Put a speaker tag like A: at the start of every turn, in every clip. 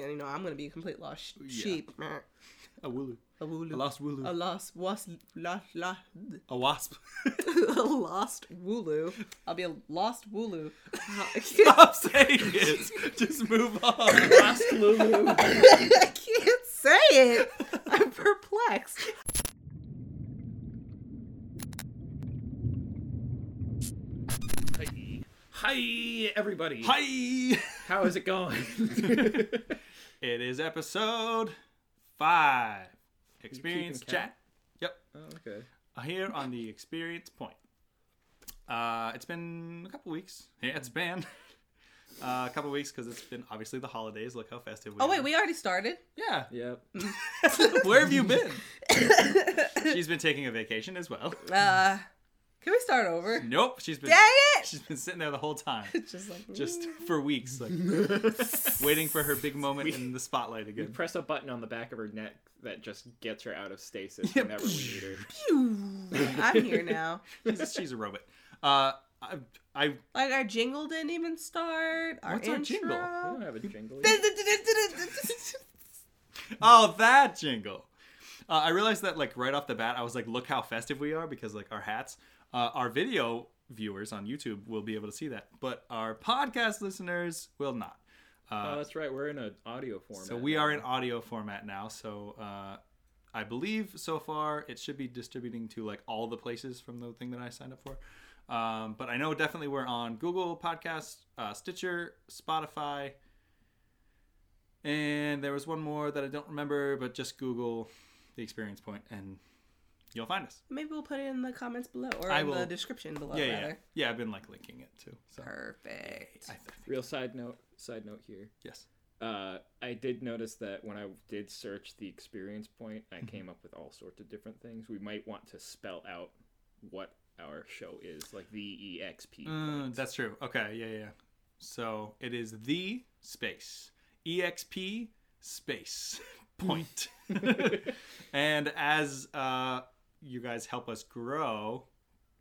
A: and you know I'm gonna be a complete lost
B: Yeah.
A: sheep.
B: A wooloo.
A: A
B: A
A: wooloo.
B: lost wooloo.
A: a lost was la la
B: a wasp.
A: a lost wooloo. I'll be a lost wooloo.
B: Uh,
A: I
B: Stop saying it. Just move on. Lost Lulu.
A: can't say it. I'm perplexed.
C: Hi, everybody.
B: Hi. It
C: How is it going?
B: is episode five. Experience
C: keeping count?
B: chat. Yep.
C: oh, okay.
B: Here on the experience point. Uh, it's been a couple weeks. Yeah, it's been uh, a couple weeks because it's been obviously the holidays. Look how festive. We
A: Oh wait,
B: are.
A: we already started.
B: Yeah.
C: Yep.
B: Where have you been? she's been taking a vacation as well.
A: Uh, can we start over?
B: Nope. She's been.
A: Dang it!
B: She's been sitting there the whole time.
A: Just like mm,
B: just for weeks, like waiting for her big moment in the spotlight again.
C: Press a button on the back of her neck that just gets her out of stasis
B: Yeah.
C: whenever we need her.
A: I'm here now.
B: She's, she's a robot. Uh, I, I
A: Like our jingle didn't even start. Our
B: What's our
A: intro.
B: jingle?
C: We don't have a jingle. yet.
B: oh that jingle. Uh, I realized that like right off the bat, I was like, look how festive we are because like our hats. Uh, our video viewers on YouTube will be able to see that, but our podcast listeners will not.
C: Oh,
B: Uh,
C: that's right. We're in an audio format.
B: so we are in
C: now.
B: audio format now. So uh, I believe so far it should be distributing to like all the places from the thing that I signed up for. Um, but I know definitely we're on Google Podcasts, uh, Stitcher, Spotify, and there was one more that I don't remember. But just Google the Experience Point, and you'll find us.
A: Maybe we'll put it in the comments below or
B: I
A: in the
B: will-
A: description below.
B: yeah, yeah,
A: rather.
B: yeah. I've been like linking it too. So
A: Perfect.
B: I, I think
C: Real side note. Side note here.
B: yes.
C: Uh, I did notice that when I did search the experience point,
B: Mm-hmm.
C: I came up with all sorts of different things. We might want to spell out what our show is, like V E X P.
B: Mm, that's true. Okay, yeah, yeah. So it is the space exp space point, Mm. and as uh, you guys help us grow,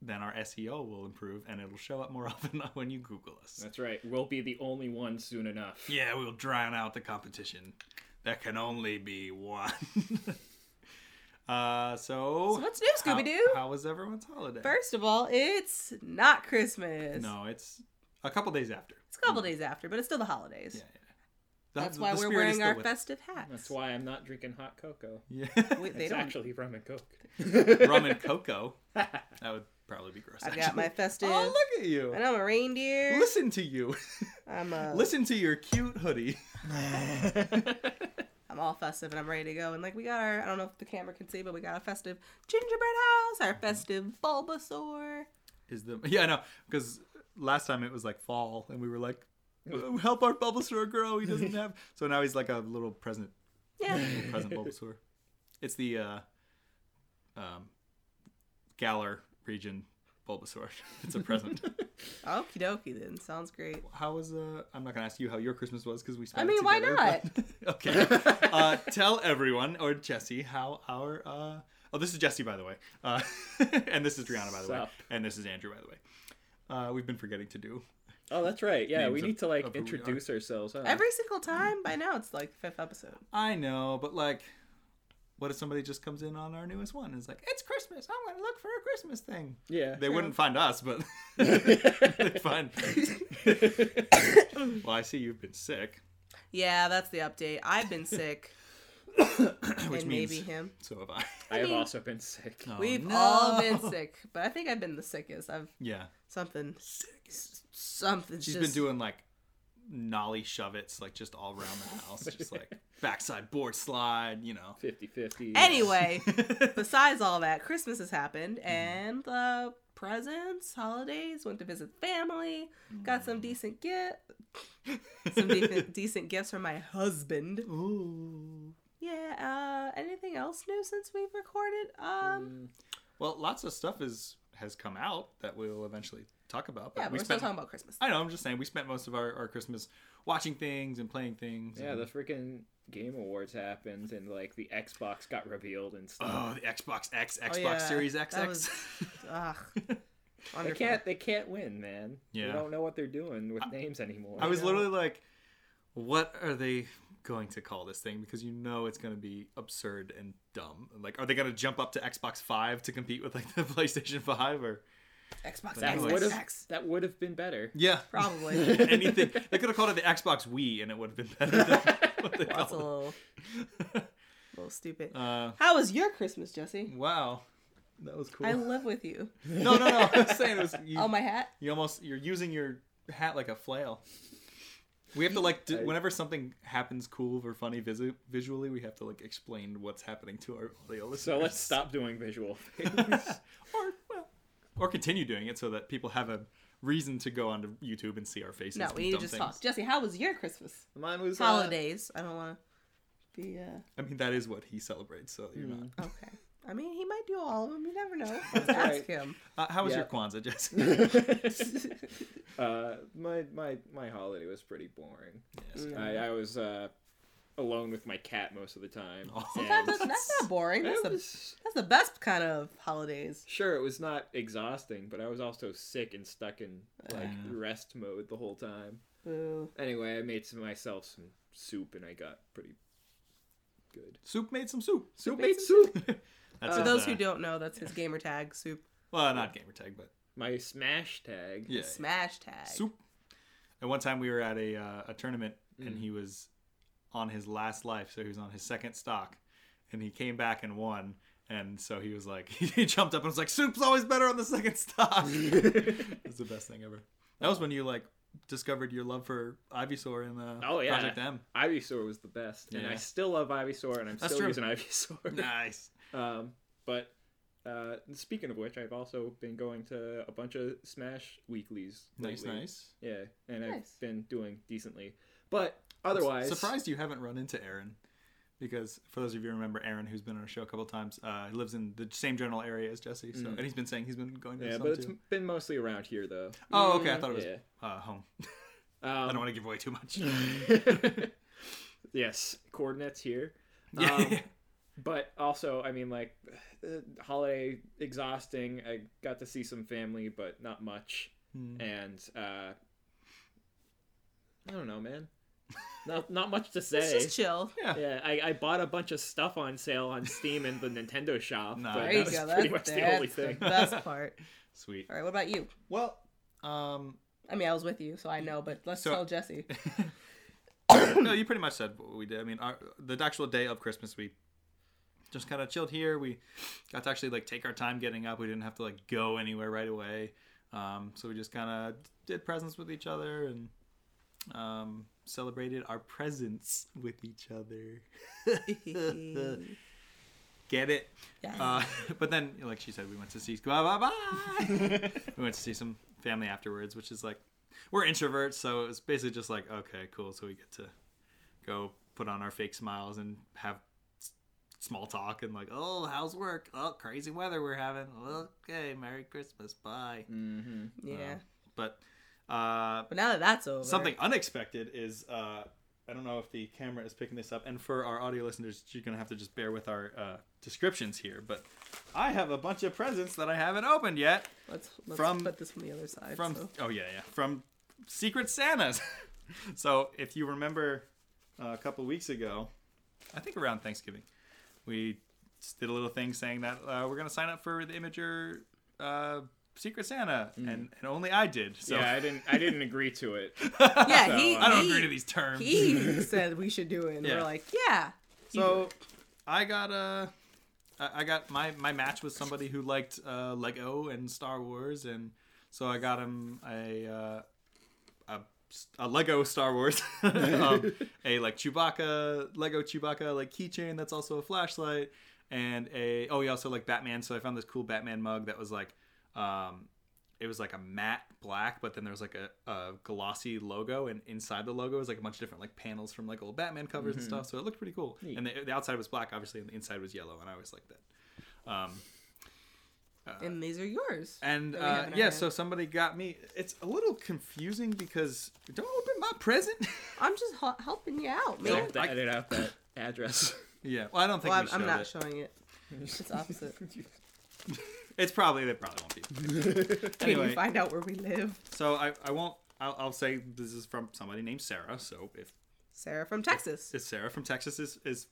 B: then our SEO will improve and it'll show up more often when you Google us.
C: That's right. We'll be the only one soon enough.
B: Yeah, we'll drown out the competition. There can only be one. uh, so,
A: So what's new,
B: how-
A: Scooby Doo?
B: How was everyone's holiday?
A: First of all, it's not Christmas.
B: No, it's a couple days after.
A: It's a couple days after, but it's still the holidays.
B: Yeah, yeah.
A: That's
B: The-
A: why
B: the
A: we're
B: spirit is
A: wearing
B: still
A: our
B: with us.
A: festive hats.
C: That's why I'm not drinking hot cocoa.
B: Yeah.
A: We, they
C: it's
A: don't.
C: actually rum and coke.
B: rum and cocoa. That would probably be gross.
A: I've got my festive.
B: Oh, look at you.
A: and I'm a reindeer.
B: Listen to you.
A: I'm uh, a.
B: Listen to your cute hoodie.
A: I'm all festive and I'm ready to go. And like we got our, I don't know if the camera can see, but we got a festive gingerbread house,
B: Mm-hmm.
A: our festive Bulbasaur.
B: Is the yeah I know because last time it was like fall and we were like, "Uh, help our Bulbasaur grow. He doesn't have so now he's like a little present
A: Yeah,
B: present Bulbasaur. It's the uh, um, Galar region Bulbasaur. It's a present.
A: okie dokie then. Sounds great.
B: how was uh i'm not gonna ask you how your christmas was because we spent
A: mean,
B: it
A: why
B: together, but- okay uh tell everyone or jesse how our uh oh this is jesse by the way uh and this is Brianna, by the way
C: Sup.
B: and this is andrew by the way uh we've been forgetting to do
C: oh, that's right. Yeah,
B: Names
C: we
B: of-
C: need to like
B: of who we are.
C: introduce ourselves. Huh?
A: Every single
B: Mm-hmm.
A: time by now, it's like fifth episode.
B: i know but like what if somebody just comes in on our newest one and is like it's christmas i'm gonna look for a christmas thing
C: yeah.
B: they wouldn't find us but they'd find well i see you've been sick
A: Yeah, that's the update. I've been sick,
B: which
A: and
B: means
A: maybe him.
B: so have i
C: I have
A: mean-
C: also been sick.
B: Oh,
A: We've all
B: no.
A: been sick, but I think I've been the sickest. I've
B: yeah
A: something. s- Something.
B: She's
A: just,
B: been doing like nollie shove it's like just all around the house just like backside board slide you know
C: 50-50.
A: Anyway, besides all that, Christmas has happened
B: Mm.
A: and uh, presents, holidays, went to visit family, got
B: Mm.
A: some decent gift, some de- decent gifts from my husband.
B: Ooh.
A: Yeah, uh, anything else new since we've recorded? Um,
C: Mm,
B: well lots of stuff is has come out that we'll eventually talk about but
A: yeah, but
B: we
A: we're still
B: spent
A: talking about Christmas.
B: i know i'm just saying we spent most of our, our christmas watching things and playing things
C: yeah,
B: and-
C: the freaking Game Awards happened, and like the Xbox got revealed and
B: oh
C: stuff.
B: the xbox x xbox
A: Oh, yeah,
B: series
A: that
B: xx
A: was- Ugh.
C: they
A: Wonderful.
C: can't. They can't win, man.
B: Yeah.
C: They don't know what they're doing with names anymore.
B: i was
A: know.
B: literally like what are they going to call this thing because you know it's going to be absurd and dumb. Like, are they going to jump up to Xbox Five to compete with like the PlayStation Five or?
A: Xbox
B: That
C: That
A: X,
C: would
A: X,
C: have
A: X.
C: that would have been better.
B: Yeah,
A: Probably.
B: anything. They could have called it the Xbox Wii, and it would have been better. Than what they
A: That's a
B: called
A: little, little stupid.
B: it. Uh,
A: How was your Christmas, Jesse?
B: wow, that was cool.
A: I live with you.
B: no, no, no. I'm saying it was. You,
A: Oh, my hat?
B: you almost you're using your hat like a flail. We have to like do, whenever something happens cool or funny visu- visually, we have to like explain what's happening to our audio listeners.
C: So let's stop doing visual.
B: or well, or continue doing it so that people have a reason to go onto YouTube and see our faces.
A: No,
B: with
A: we need to
B: dumb
A: just
B: things.
A: talk. Jesse, how was your Christmas?
B: Mine was uh,
A: Holidays. I don't want to be, uh,
B: I mean, that is what he celebrates, so you're
C: Mm.
B: not.
A: okay. I mean, he might do all of them. You never know. Let's ask
C: right.
A: him.
B: Uh, how was
C: Yeah.
B: your Kwanzaa, Jess?
C: uh, my my my holiday was pretty boring. I, I was uh, alone with my cat most of the time.
B: Oh.
C: and
A: That's, that's not boring. That's
C: it
A: the,
C: was-
A: that's the best kind of holidays.
C: sure, it was not exhausting, but I was also sick and stuck in like
B: Yeah.
C: rest mode the whole time.
A: Boo.
C: Anyway, I made some myself some soup, and I got pretty good.
B: Soup made some soup.
C: Soup
A: made
C: made soup.
B: That's
C: Uh,
A: For
B: his,
A: those
B: uh,
A: who don't know, that's his gamer tag, soup
B: well, not gamer tag, but
C: My smash tag.
B: yeah, yeah.
A: smash tag.
B: soup. And one time we were at a uh, a tournament,
C: Mm.
B: and he was on his last life, so he was on his second stock, and he came back and won. And so he was like, he jumped up and was like, "Soup's always better on the second stock." That's the best thing ever. That was when you like discovered your love for Ivysaur in uh,
C: Oh, yeah.
B: Project M.
C: Ivysaur was the best, and
B: Yeah.
C: I still love Ivysaur, and I'm
B: That's
C: still
B: true.
C: using Ivysaur.
B: Nice.
C: Um, but uh, speaking of which, I've also been going to a bunch of Smash weeklies.
B: Nice,
C: lately.
B: nice.
C: Yeah, and
A: Nice.
C: I've been doing decently. But otherwise,
B: surprised you haven't run into Aaron, because for those of you who remember Aaron, who's been on our show a couple times, uh, he lives in the same general area as Jesse, so and he's been saying he's been going to
C: Mm. Yeah,
B: yeah,
C: but it's
B: too.
C: been mostly around here though.
B: Oh, okay. I thought it was
C: Yeah.
B: uh, home. I don't
C: Um,
B: want to give away too much.
C: yes, coordinates here.
B: Yeah.
C: Um, but also, I mean, like, uh, holiday exhausting. I got to see some family, but not much.
B: Mm.
C: And uh, I don't know, man. Not not much to
A: It's
C: say.
A: just
B: eh.
A: chill.
C: Yeah, I, I bought a bunch of stuff on sale on Steam and the Nintendo shop.
B: Nah.
C: but
A: There you
C: that was
A: go.
C: pretty
A: That's,
C: much the
A: that's
C: only thing.
A: best part.
B: Sweet.
A: All right, what about you?
B: Well, um,
A: I mean, I was with you, so I know, but let's
B: So-
A: tell Jesse.
B: no, you pretty much said what we did. I mean, our, the actual day of Christmas, we just kind of chilled here. We got to actually like take our time getting up. We didn't have to like go anywhere right away. Um, so we just kind of did presents with each other and um, celebrated our presents with each other. Get it?
A: Yeah.
B: Uh, but then, like she said, we went to see bye bye bye. we went to see some family afterwards, which is like we're introverts, so it was basically just like okay, cool. So we get to go put on our fake smiles and have s- small talk and like oh how's work oh crazy weather we're having okay merry christmas bye
C: Mm-hmm.
A: yeah.
B: but uh
A: But now that that's over,
B: Something unexpected is uh, I don't know if the camera is picking this up, and for our audio listeners, you're gonna have to just bear with our uh, descriptions here. But I have a bunch of presents that I haven't opened yet
A: Let's, let's
B: from-
A: put this on the other side.
B: from
A: so.
B: oh yeah yeah from Secret Santas. so if you remember uh, a couple weeks ago, I think around Thanksgiving, we s- did a little thing saying that uh, we're gonna sign up for the Imager. Uh, Secret Santa, and, and only I did. So
C: Yeah, I didn't I didn't agree to it.
A: yeah, he,
B: I don't
A: he,
B: agree to these terms.
A: He said we should do it, and
B: Yeah.
A: we're like, yeah.
B: So, I got uh, I I got my my match with somebody who liked uh, Lego and Star Wars, and so I got him a uh, a, a Lego Star Wars, um, a like Chewbacca Lego Chewbacca like keychain that's also a flashlight, and a oh he also liked Batman, so I found this cool Batman mug that was like. Um, it was like a matte black, but then there was like a, a glossy logo, and inside the logo was like a bunch of different like panels from like old Batman covers
A: Mm-hmm.
B: and stuff. So it looked pretty cool. And the, the outside was black, obviously, and the inside was yellow, and I always liked that. Um,
A: and these are yours.
B: and
A: That we have
B: uh,
A: in our
B: yeah,
A: hand.
B: so somebody got me. It's a little confusing because don't open my present.
A: I'm just hel- helping you out,
C: I
A: man.
C: have to
B: I-
C: edit out that address.
B: yeah, well, I don't think
A: Well, I'm,
B: we showed
A: I'm not
B: it.
A: showing it. It's opposite.
B: It's probably they probably won't be.
A: Can
B: anyway,
A: you find out where we live?
B: so I I won't. I'll, I'll say this is from somebody named Sarah. So if
A: Sarah from Texas.
B: If Sarah from Texas is is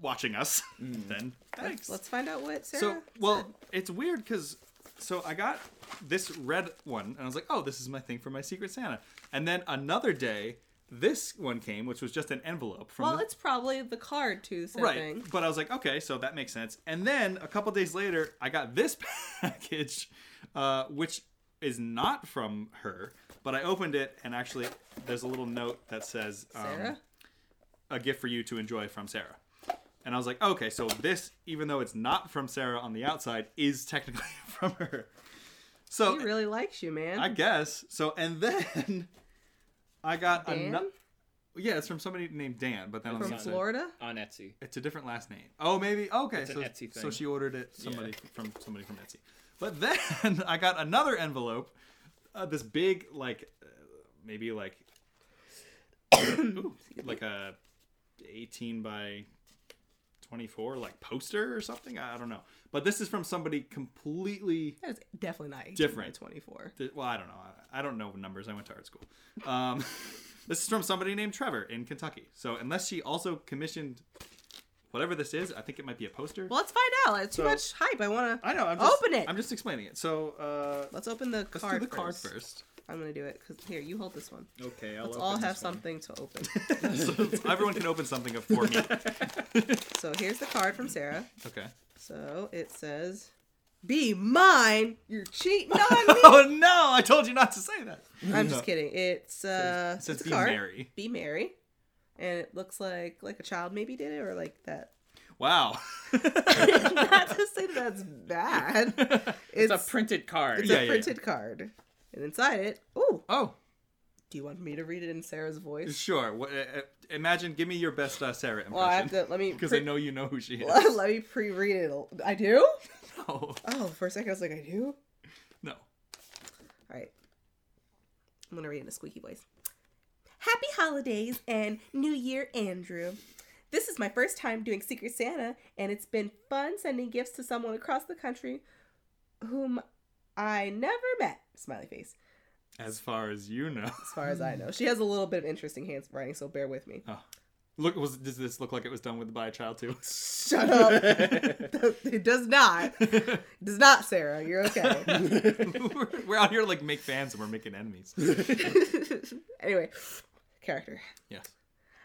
B: watching us, then thanks.
A: Mm. Let's find out what Sarah.
B: so well, it's weird because so I got this red one and I was like, oh, this is my thing for my Secret Santa. And then another day, this one came, which was just an envelope from
A: well,
B: the
A: it's probably the card to
B: right.
A: something.
B: But I was like, okay, so that makes sense. And then a couple days later, I got this package, uh, which is not from her, but I opened it and actually there's a little note that says um,
A: Sarah.
B: a gift for you to enjoy from Sarah. And I was like, okay, so this, even though it's not from Sarah on the outside, is technically from her. So eh,
A: he really likes you, man.
B: I guess so. And then I got
A: Dan?
B: another. Yeah, it's from somebody named Dan, but then on the
A: from
B: outside-
A: Florida.
C: on Etsy.
B: it's a different last name. Oh, maybe. Okay,
C: It's an
B: so
C: Etsy
B: so
C: thing.
B: she ordered it somebody from somebody from Etsy. But then I got another envelope, uh, this big like uh, maybe like ooh, like a eighteen by twenty four like poster or something. I I don't know. But this is from somebody completely
A: That is definitely not 18 by
B: Different.
A: 24.
B: Th- well, I don't know. I I don't know numbers. I went to art school. Um, this is from somebody named Trevor in Kentucky. So unless she also commissioned whatever this is, I think it might be a poster.
A: Well, let's find out. It's too
B: So-
A: much hype. I want to.
B: I know. I'm just,
A: Open it!
B: I'm just explaining it. So uh,
A: Let's open the
B: let's
A: card.
B: do the card
A: first.
B: first.
A: I'm gonna do it because here, you hold this one.
C: Okay, I'll
A: Let's all have something to open.
B: so, so everyone can open something of for me.
A: so here's the card from Sarah.
B: Okay.
A: So it says, "Be mine. You're cheating on me."
B: oh no! I told you not to say that.
A: I'm just kidding. It's uh,
B: It says
A: it's a
B: be
A: card.
B: merry.
A: Be merry, and it looks like like a child maybe did it or like that.
B: Wow.
A: Not to say that that's bad. It's,
C: It's, a printed card.
A: it's
B: Yeah,
A: a
B: yeah,
A: printed card, and inside it. Ooh,
B: oh
A: do you want me to read it in Sarah's voice?
B: sure. Wha- uh, uh, imagine. Give me your best uh, Sarah
A: Well, I have
B: impression.
A: to. Let me.
B: Because
A: pre-
B: I know you know who she is.
A: Let me pre-read it. I do.
B: no.
A: Oh, for a second I was like, I do.
B: No.
A: All right. I'm going to read in a squeaky voice. Happy holidays and New Year, Andrew. This is my first time doing Secret Santa, and it's been fun sending gifts to someone across the country whom I never met. Smiley face.
B: As far as you know.
A: As far as I know, she has a little bit of interesting handwriting, so bear with me.
B: Look, was does this look like it was done with by a child too?
A: Shut up. it does not. does not, Sarah. You're okay.
B: we're, we're out here to, like make fans and we're making enemies.
A: anyway, character.
B: Yes.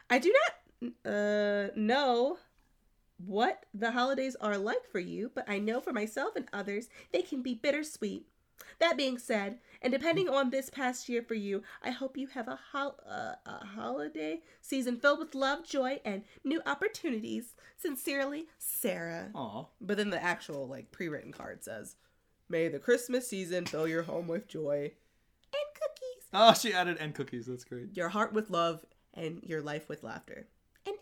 A: I do not uh, know what the holidays are like for you, but I know for myself and others they can be bittersweet. That being said, and depending on this past year for you, I hope you have a, hol- uh, a holiday season filled with love, joy, and new opportunities. Sincerely, Sarah.
B: Aw.
A: But then the actual like pre-written card says, "May the Christmas season fill your home with joy and cookies,
B: Oh, she added end cookies. That's great.
A: your heart with love, and your life with laughter, and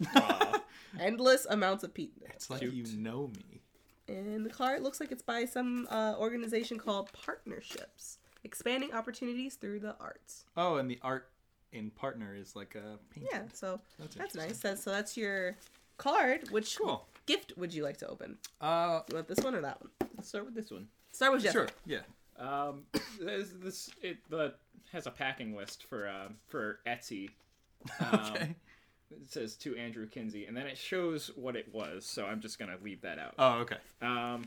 A: endless amounts of pizza." endless amounts of pizza.
B: it's like
C: Cute.
B: you know me.
A: And the card looks like it's by some uh, organization called Partnerships, expanding opportunities through the arts.
B: Oh, and the art in partner is like a painting.
A: Yeah, so
B: That's
A: that's
B: interesting.
A: nice. That's- So that's your card. Which
B: Cool.
A: gift would you like to open?
B: Uh,
A: You want this one or that one?
C: Let's start with this one.
A: Start with Jeff.
B: sure. Yeah.
C: Um, this, this it the has a packing list for um for Etsy. Um,
B: Okay.
C: It says to Andrew Kinsey, and then it shows what it was. So I'm just gonna leave that out.
B: Oh, okay.
C: Um,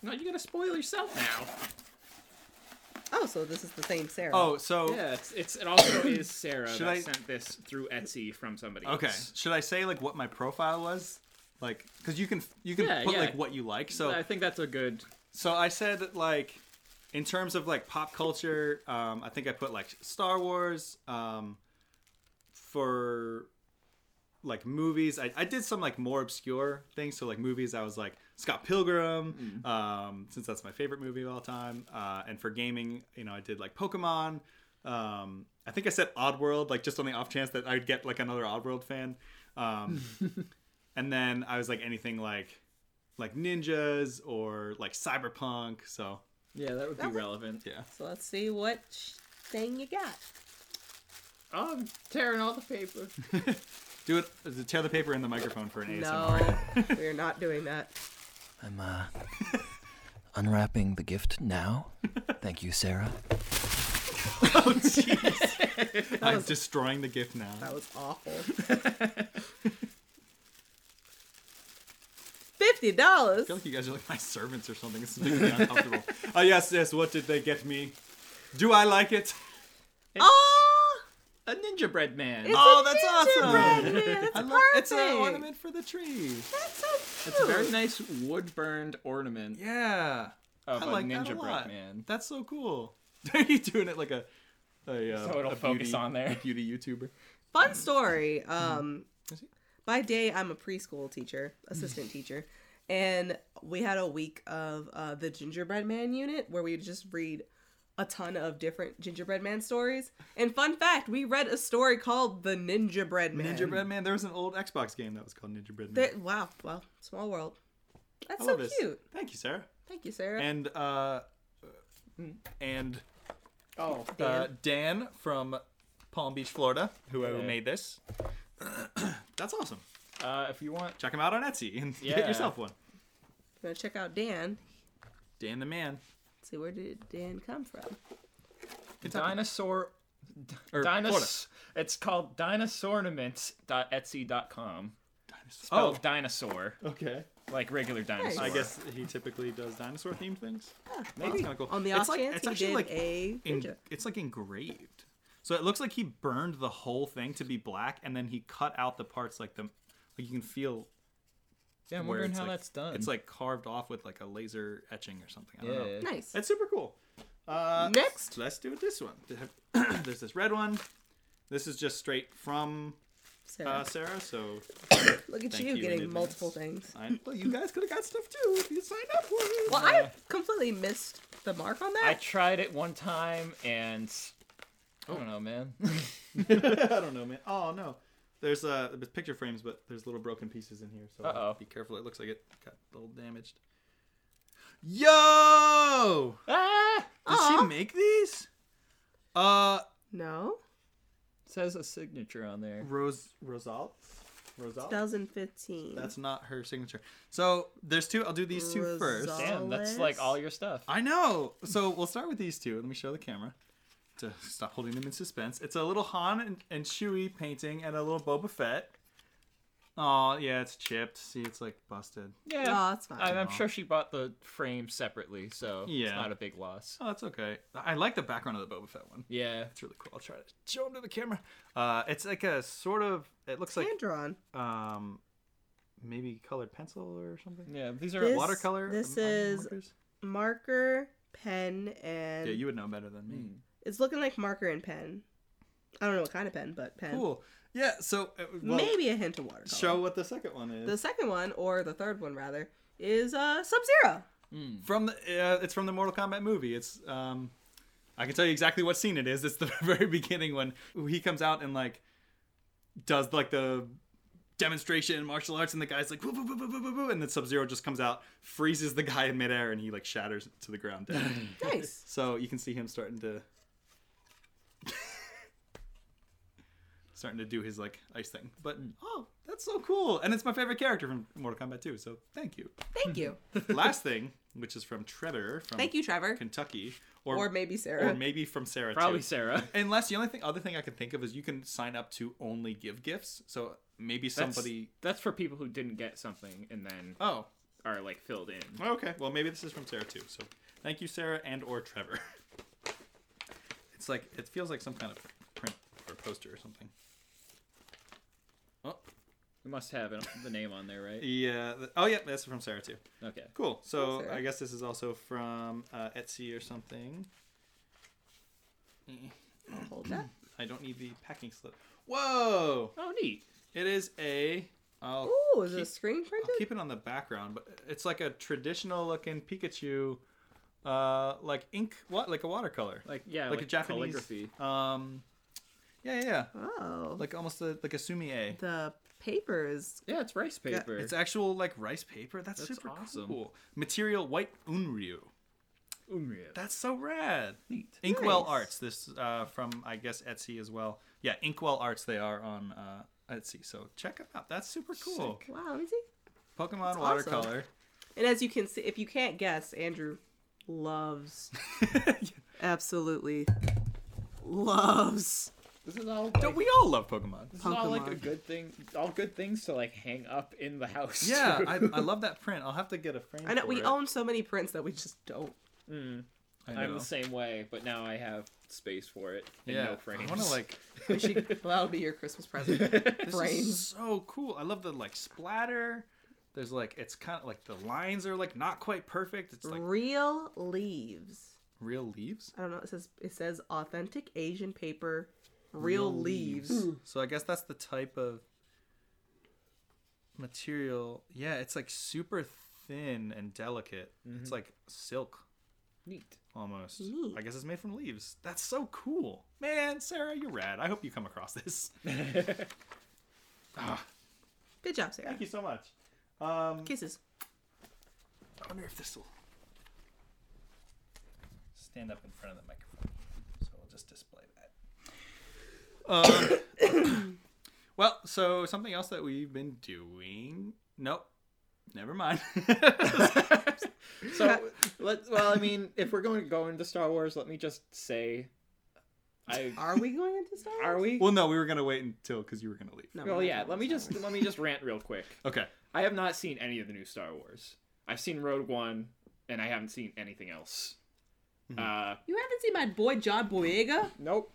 C: no, you gotta spoil yourself now.
A: Oh, so this is the same Sarah.
B: Oh, so
C: Yeah, it's, it's it also is Sarah
B: Should
C: that
B: I-
C: sent this through Etsy from somebody.
B: okay.
C: else.
B: Should I say like what my profile was? Like, cause you can you can
C: Yeah,
B: put
C: yeah.
B: like what you like. So
C: I think that's a good.
B: So I said like, in terms of like pop culture, um, I think I put like Star Wars. Um, for like movies, I, I did some like more obscure things. So like movies, I was like Scott Pilgrim, um, since that's my favorite movie of all time. Uh, and for gaming, you know, I did like Pokemon. Um, I think I said Oddworld, like just on the off chance that I'd get like another Oddworld fan. Um, and then I was like anything like like ninjas or like cyberpunk. So
C: Yeah, that would be
A: That would-
C: relevant.
B: yeah,
A: So let's see what sh- thing you got.
C: Oh, I'm tearing all the paper.
B: do it. Tear the paper in the microphone for an
A: No,
B: ASMR.
A: we are not doing that.
D: I'm uh, unwrapping the gift now. Thank you, Sarah.
B: oh jeez. I'm
A: was-
B: destroying the gift now.
A: That was awful. Fifty dollars.
B: I feel like you guys are like my servants or something. This is making me uncomfortable. Ah, yes, yes. What did they get me? Do I like it?
A: Oh,
C: a ninja bread man.
A: it's
B: Oh,
A: a
B: that's
A: gingerbread
B: awesome.
A: man. That's
B: I
A: perfect.
B: love. It's an ornament for the tree.
A: That's so cute.
C: It's a very nice wood burned ornament
B: Yeah,
C: of
B: I
C: a
B: like that
C: Oh, ninja
B: a
C: bread
B: lot.
C: man.
B: That's so cool. Are you doing it like a? a uh,
C: So it'll
B: a
C: focus
B: beauty,
C: on there.
B: a beauty YouTuber.
A: Fun story. Um,
B: Mm-hmm. Is Mm. he?
A: by day, I'm a preschool teacher, assistant teacher, and we had a week of uh, the Gingerbread Man unit where we would just read a ton of different Gingerbread Man stories. And fun fact, we read a story called The Ninja Bread Man.
B: Ninja Bread Man. There was an old Xbox game that was called Ninja Bread Man.
A: That- wow, well, small world. That's
B: I
A: so
B: love this.
A: cute.
B: Thank you, Sarah.
A: Thank you, Sarah.
B: And uh, and
C: Oh,
B: uh, Dan from Palm Beach, Florida, who who
C: Yeah.
B: made this. That's awesome.
C: uh, if you want,
B: Check him out on Etsy and
C: Yeah.
B: get yourself one.
A: Gonna check out Dan.
B: Dan the man.
A: See where did Dan come from?
B: Kentucky.
C: dinosaur. Er,
B: Or
C: Dinos- it's called dinosaurornaments.etsy.com.
B: Florida.
C: Spelled dinosaur,
B: Oh, okay.
C: like regular dinosaur.
B: I guess he typically does dinosaur themed things.
A: Maybe
B: kinda cool.
A: on the
B: It's
A: off
B: like-
A: chance
B: it's
A: he
B: actually
A: did
B: like
A: a
B: En-
A: ninja.
B: it's like engraved. So it looks like he burned the whole thing to be black, and then he cut out the parts like the like you can feel.
C: Yeah, I'm
B: where
C: wondering
B: it's
C: how
B: like-
C: that's done.
B: It's like carved off with like a laser etching or something. I
C: yeah.
B: don't know.
A: Nice.
B: It's super cool. Uh,
A: Next.
B: let's do this one. There's this red one. This is just straight from
A: Sarah,
B: uh, Sarah. So
A: look at
B: thank
A: you,
B: you in
A: getting
B: advance.
A: multiple things.
B: I, well, you guys could have got stuff too if you signed up for it.
A: Well, I completely missed the mark on
C: I
A: that.
C: tried it one time and I don't know, man.
B: I don't know, man. Oh no, there's uh there's picture frames, but there's little broken pieces in here, so uh,
C: Uh-oh.
B: be careful. It looks like it got a little damaged. Yo,
C: ah!
B: does
A: Aw.
B: she make these? Uh,
A: no.
C: says a signature on there.
B: Rose Rosal, Rosal.
A: 2015.
B: Oh. That's not her signature. So there's two. I'll do these two first.
A: Rosal.
C: Damn, that's
A: Solid.
C: like all your stuff.
B: I know. So we'll start with these two. Let me show the camera to stop holding them in suspense. It's a little Han and, and Chewie painting and a little Boba Fett. Oh yeah, it's chipped. See, it's like busted.
C: yeah.
A: No, it's fine.
C: I'm, I'm sure she bought the frame separately, so it's
B: Yeah.
C: not a big loss.
B: Oh, that's okay. I like the background of the Boba Fett one.
C: Yeah.
B: It's really cool. I'll try to show them to the camera. Uh, it's like a sort of. It looks like
A: hand drawn.
B: um, maybe colored pencil or something.
C: Yeah, these are
A: This-
B: Watercolor.
A: this
B: um, um,
A: is-
B: markers?
A: Marker, pen, and
B: Yeah, you would know better than me.
A: it's looking like marker and pen. I don't know what kind of pen, but pen.
B: Cool. Yeah. So uh, well,
A: Maybe a hint of watercolor.
B: show what the second one is.
A: the second one, or the third one rather, is uh, Sub Zero.
B: from the uh, it's from the Mortal Kombat movie. It's um, I can tell you exactly what scene it is. It's the very beginning when he comes out and like does like the demonstration in martial arts, and the guy's like woo, woo, woo, woo, woo, woo, woo," and then Sub Zero just comes out, freezes the guy in midair, and he like shatters to the ground dead.
A: Nice.
B: so you can see him starting to starting to do his like ice thing. But oh, that's so cool, and it's my favorite character from Mortal Kombat 2. So thank you.
A: Thank you.
B: Last thing, which is from Trevor from
A: Thank you, Trevor.
B: Kentucky, or
A: Or
B: or,
A: maybe Sarah.
B: maybe from Sarah.
C: probably
B: too.
C: Sarah.
B: Unless the only thing, other thing I can think of is you can sign up to only give gifts. So maybe somebody.
C: That's, that's for people who didn't get something and then
B: Oh,
C: are like filled in.
B: okay. Well, maybe this is from Sarah too. So thank you, Sarah and or Trevor. It's like it feels like some kind of print or poster or something. Oh
C: It must have it, the name on there, right?
B: yeah. Oh yeah, that's from Sarah too.
C: Okay.
B: Cool. So
A: Sarah.
B: I guess this is also from uh, Etsy or something.
A: I'll hold that.
B: I don't need the packing slip. Whoa!
C: Oh, neat.
B: It is a. I'll,
A: Ooh, is it a
B: keep,
A: screen printed?
B: I'll keep it on the background, but it's like a traditional looking Pikachu, uh, like ink, what, like a watercolor,
C: Like yeah,
B: like, a Japanese
C: calligraphy.
B: Um, yeah, yeah, yeah,
A: Oh,
B: like almost a, like a sumie.
A: the paper is
C: Yeah, it's rice paper.
B: It's actual like rice paper. That's,
C: That's
B: super
C: awesome.
B: cool. Material white unryu.
C: Unreal.
B: That's so rad.
C: neat.
B: Inkwell
A: Nice.
B: Arts. This uh, from I guess Etsy as well. Yeah, Inkwell Arts. They are on uh, Etsy. So check them out. That's super cool.
A: wow. Let me see.
B: Pokemon
A: awesome.
B: watercolor.
A: And as you can see, if you can't guess, Andrew loves absolutely loves
C: This is all.
B: Don't
C: Like,
B: we all love Pokemon?
C: this is all like a
A: Pokemon.
C: good thing. All good things to like hang up in the house.
B: Yeah, I,
C: too.
B: I love that print. I'll have to get a frame.
A: I know
B: for
A: we
B: it.
A: own so many prints that we just don't.
C: Mm,
B: I
C: I'm
B: know.
C: the same way, but now I have space for it and
B: Yeah,
C: no frames.
B: I want to like.
A: We should, well, that'll be your Christmas present.
B: This
A: Frames.
B: is so cool. I love the like splatter. There's like it's kind of like the lines are like not quite perfect. It's
A: Mm.
B: like
A: Real leaves.
B: real leaves.
A: I don't know. It says it says authentic Asian paper, real, leaves.
B: So I guess that's the type of material. Yeah, it's like super thin and delicate. It's like silk
C: Neat.
B: almost.
A: Neat.
B: I guess it's made from leaves. That's so cool. Man, Sarah, you're rad. I hope you come across this. Ah,
A: Good job, Sarah.
B: thank you so much. Um,
A: Kisses.
B: I wonder if this will stand up in front of the microphone. So we'll just display that. Um, well, so something else that we've been doing. Nope. Never mind.
C: So let well, I mean, if we're going to go into Star Wars, let me just say, I
A: Are we going into Star Wars?
C: are we?
B: well, no, we were going to wait until because you were going to leave.
A: No, we're
C: Well,
A: not
C: yeah.
A: going
C: Let me
A: into
C: just
A: Star Wars.
C: let me just rant real quick.
B: Okay.
C: I have not seen any of the new Star Wars. I've seen Rogue One, and I haven't seen anything else.
B: Mm-hmm.
C: Uh,
A: You haven't seen my boy John Boyega,
C: nope.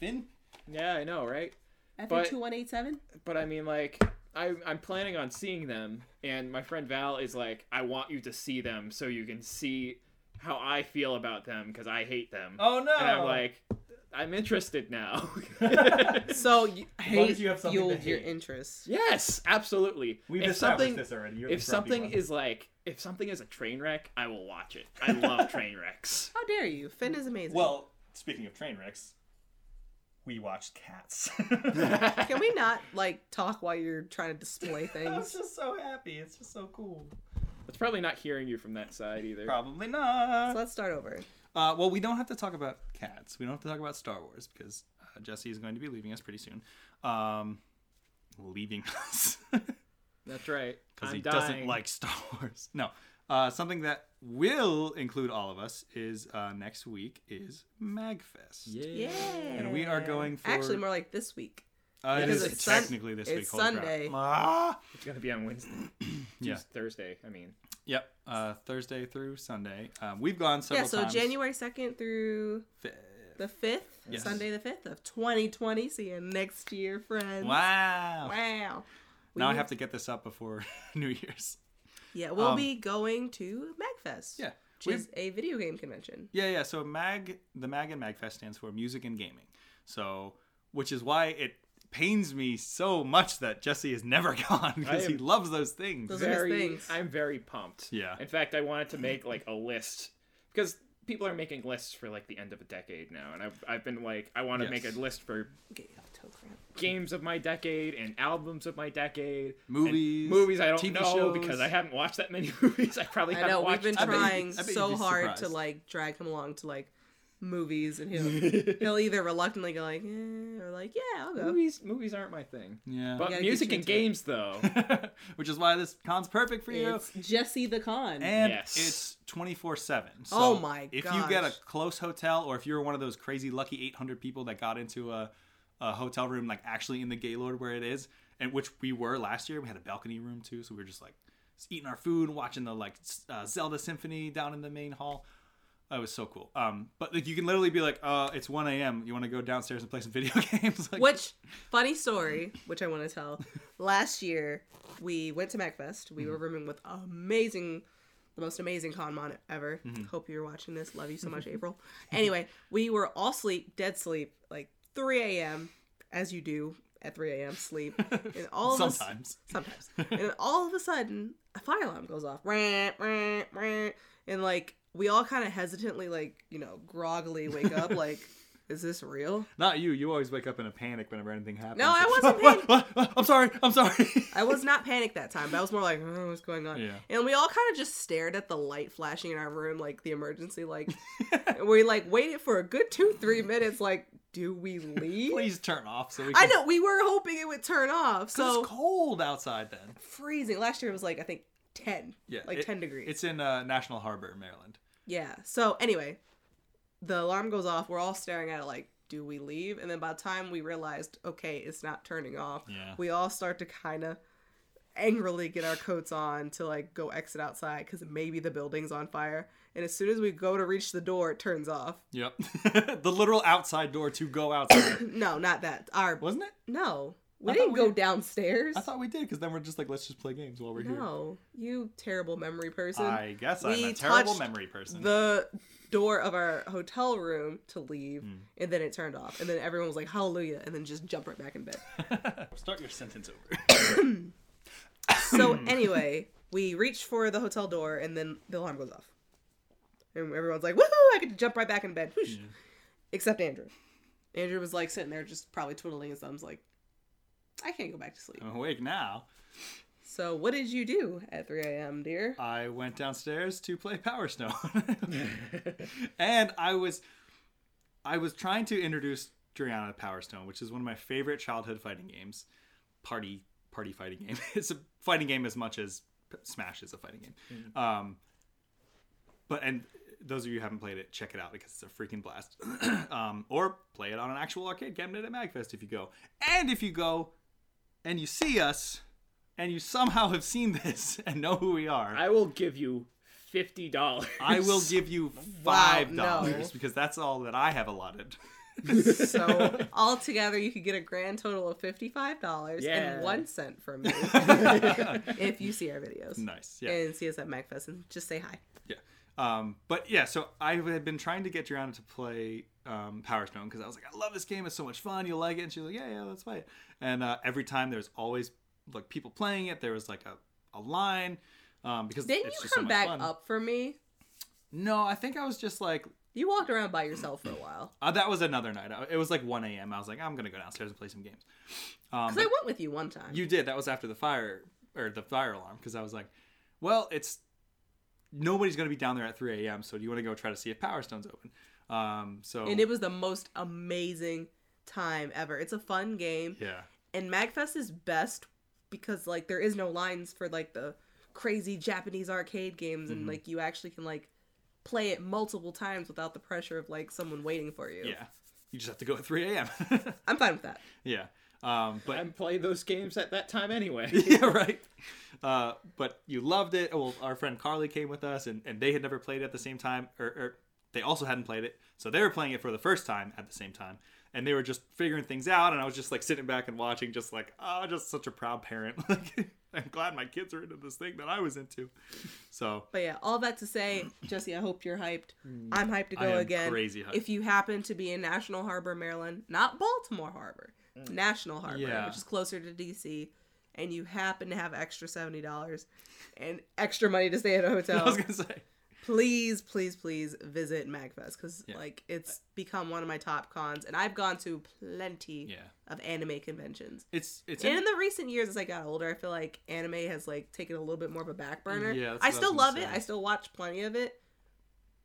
B: Finn?
C: Yeah, I know, right?
A: FA two one eight seven.
C: But I mean, like, I, I'm planning on seeing them, and my friend Val is like, I want you to see them so you can see how I feel about them because I hate them.
B: Oh, no.
C: And I'm like, I'm interested now.
A: So you,
B: long
A: hate
B: as you have something to
A: fueled your
B: hate.
A: interest.
C: yes, absolutely.
B: We've
C: if
B: established
C: something,
B: this already. You're
C: if
B: the grumpy
C: something
B: one.
C: is like, if something is a train wreck, I will watch it. I love train wrecks.
A: How dare you? Finn is amazing.
B: Well, speaking of train wrecks, we watched Cats.
A: can we not like talk while you're trying to display
B: I
A: things?
B: was just so happy. It's just so cool.
C: It's probably not hearing you from that side either.
B: Probably
A: So
B: not.
A: let's start over.
B: Uh, well, we don't have to talk about cats. We don't have to talk about Star Wars because uh, Jesse is going to be leaving us pretty soon. Um, leaving us because
C: That's right.
B: he
C: I'm
B: doesn't
C: dying.
B: like Star Wars. No. Uh, something that will include all of us is uh, next week is Magfest.
A: Yeah.
B: And we are going for
A: Actually, more like this week.
B: uh, it
A: because
B: is
A: it's Sun-
B: technically this
A: it's
B: week. holy crap.
A: Sunday.
B: Ah!
C: It's gonna be on Wednesday.
B: Yeah.
C: Tues- Thursday. I mean,
B: Yep. Uh, Thursday through Sunday. Um, we've gone
A: Yeah.
B: several
A: So
B: times.
A: January second through
B: Fi-
A: the fifth,
B: Yes.
A: Sunday the fifth of 2020. See you next year, friends.
B: Wow.
A: Wow. We
B: Now I
A: will-
B: have to get this up before New Year's.
A: Yeah, we'll
B: um,
A: be going to Magfest.
B: Yeah.
A: Which
B: we've-
A: is a video game convention.
B: Yeah, yeah. So mag, the mag and magfest stands for music and gaming. So, which is why it pains me so much that Jesse has never gone because he
C: am-
B: loves those things.
A: Those are his
C: very.
A: things.
C: I'm very pumped.
B: Yeah.
C: In fact, I wanted to make like a list because people are making lists for like the end of a decade now, and I've I've been like I want to
B: Yes.
C: make a list for
A: Okay, yeah, toe cramp.
C: games of my decade and albums of my decade, and
B: Movies,
C: movies I don't
B: TV
C: know
B: shows.
C: because I haven't watched that many movies. I probably
A: I
C: haven't
A: know we've
C: watched.
A: been
B: I bet you-
A: trying
B: I bet you'd
A: so
B: be
A: hard to
B: surprised.
A: like drag him along to like movies, and he'll he'll either reluctantly go like eh, or like yeah, I'll go.
C: movies movies aren't my thing.
B: Yeah.
C: But
A: gotta
C: music
A: get you
C: and
A: into it.
C: games though.
B: which is why this con's perfect for you.
A: It's Jesse the Con.
B: and
C: Yes.
B: it's 24 7 so
A: Oh my
B: if you get a
A: gosh.
B: close hotel or if you're one of those crazy lucky 800 people that got into a, a hotel room like actually in the gaylord where it is and which we were last year we had a balcony room too so we were just like just eating our food watching the like s- uh, zelda symphony down in the main hall that was so cool um but like you can literally be like uh it's 1 a.m you want to go downstairs and play some video games like
A: Which funny story, which I want to tell. Last year, we went to MacFest. We
B: Mm-hmm.
A: were rooming with amazing, the most amazing con mon ever.
B: Mm-hmm.
A: Hope you're watching this. Love you so much, April. Anyway, we were all sleep, dead sleep, like 3 a.m. as you do at 3 a.m. sleep, and all of us
B: sometimes
A: sometimes. and then all of a sudden, a fire alarm goes off. Rah, rah, rah. And like we all kind of hesitantly, like you know, groggily wake up. like, is this real?
B: not you you always wake up in a panic whenever anything happens
A: No, I wasn't
B: What? What? What? i'm sorry i'm sorry
A: I was not panicked that time, but I was more like, oh, what's going on?
B: Yeah.
A: And we all kind of just stared at the light flashing in our room, like the emergency light. and we like waited for a good two, three minutes. Like, do we leave?
B: Please turn off so we can.
A: I know we were hoping it would turn off.
B: So
A: So
B: it's cold outside then.
A: freezing. Last year it was like I think ten.
B: Yeah,
A: Like
B: it-
A: ten degrees.
B: It's in uh, National Harbor, Maryland.
A: Yeah. So anyway, the alarm goes off. We're all staring at it like, do we leave? And then by the time we realized, okay, it's not turning off,
B: Yeah.
A: we all start to kind of angrily get our coats on to like go exit outside because maybe the building's on fire. And as soon as we go to reach the door, it turns off.
B: Yep. the literal outside door to go outside.
A: No, not that. Our
B: Wasn't it?
A: no, we
B: I thought
A: didn't
B: we
A: go
B: did-
A: downstairs.
B: I thought we did because then we're just like, let's just play games while we're
A: no, you terrible memory person.
B: here. I guess
A: we
B: I'm a terrible
A: touched
B: memory person.
A: the door of our hotel room to leave
B: Hmm.
A: and then it turned off and then everyone was like hallelujah and then just jump right back in bed
B: Start your sentence over.
A: so anyway we reach for the hotel door and then the alarm goes off and everyone's like woohoo i get to jump right back in bed Whoosh.
B: Yeah.
A: except andrew andrew was like sitting there just probably twiddling his thumbs like i can't go back to sleep
B: I'm awake now.
A: so what did you do at 3 a.m dear
B: I went downstairs to play Power Stone, and I was, I was trying to introduce Driana to Power Stone, which is one of my favorite childhood fighting games, party party fighting game. It's a fighting game as much as P- Smash is a fighting game. Um, but and those of you who haven't played it, check it out because it's a freaking blast. um, or play it on an actual arcade cabinet at Magfest if you go. And if you go, and you see us. And you somehow have seen this and know who we are.
C: I will give you fifty dollars.
B: I will give you
A: Wow,
B: five
A: no.
B: dollars because that's all that I have allotted.
A: so altogether you could get a grand total of $55
C: Yeah.
A: and one cent from me if you see our videos
B: nice. Yeah.
A: and see us at MacFest and just say hi.
B: yeah. Um, but yeah, so I had been trying to get Gianna to play um, Power Stone because I was like, I love this game. It's so much fun. You'll like it. And she's like, Yeah, yeah, let's play it. And uh, every time there's always like people playing it. There was like a, a line um, because
A: Didn't
B: it's
A: you
B: just so
A: come
B: much
A: back
B: fun.
A: up for me?
B: No, I think I was just like,
A: You walked around by yourself for a while.
B: uh, that was another night. I- It was like 1 a.m. I was like, I'm gonna go downstairs and play some games. Um,
A: Because
B: but-
A: I went with you one time.
B: You did. That was after the fire or the fire alarm because I was like, well, it's nobody's going to be down there at 3 a.m. So do you want to go try to see if Power Stone's open? Um, so
A: and it was the most amazing time ever. It's a fun game.
B: yeah,
A: And MagFest is best because like there is no lines for like the crazy Japanese arcade games and
B: Mhm.
A: like you actually can like play it multiple times without the pressure of like someone waiting for you.
B: yeah. You just have to go at 3 a.m.
A: I'm fine with that.
B: yeah, um, but
C: I'm playing those games at that time anyway.
B: yeah, right. Uh, but you loved it. Well, our friend Carly came with us, and, and they had never played it at the same time, or, or they also hadn't played it, so they were playing it for the first time at the same time, and they were just figuring things out, and I was just like sitting back and watching, just like oh, just such a proud parent. Like I'm glad my kids are into this thing that I was into. So
A: But yeah, all that to say, Jesse, I hope you're hyped. I'm hyped to go
B: Mm. I am
A: again.
B: crazy hyped.
A: If you happen to be in National Harbor, Maryland, not Baltimore Harbor, National Harbor,
B: Mm. Yeah.
A: which is closer to DC, and you happen to have extra seventy dollars and extra money to stay at a
B: I was
A: hotel,
B: gonna say,
A: please, please, please visit Magfest because
B: Yeah.
A: like it's become one of my top cons, and I've gone to plenty
B: yeah,
A: of anime conventions.
B: it's it's
A: And in the recent years, as I got older, I feel like anime has like taken a little bit more of a back burner.
B: Yeah, that's
A: I
B: what I
A: still
B: was
A: love
B: gonna
A: it.
B: say.
A: I still watch plenty of it,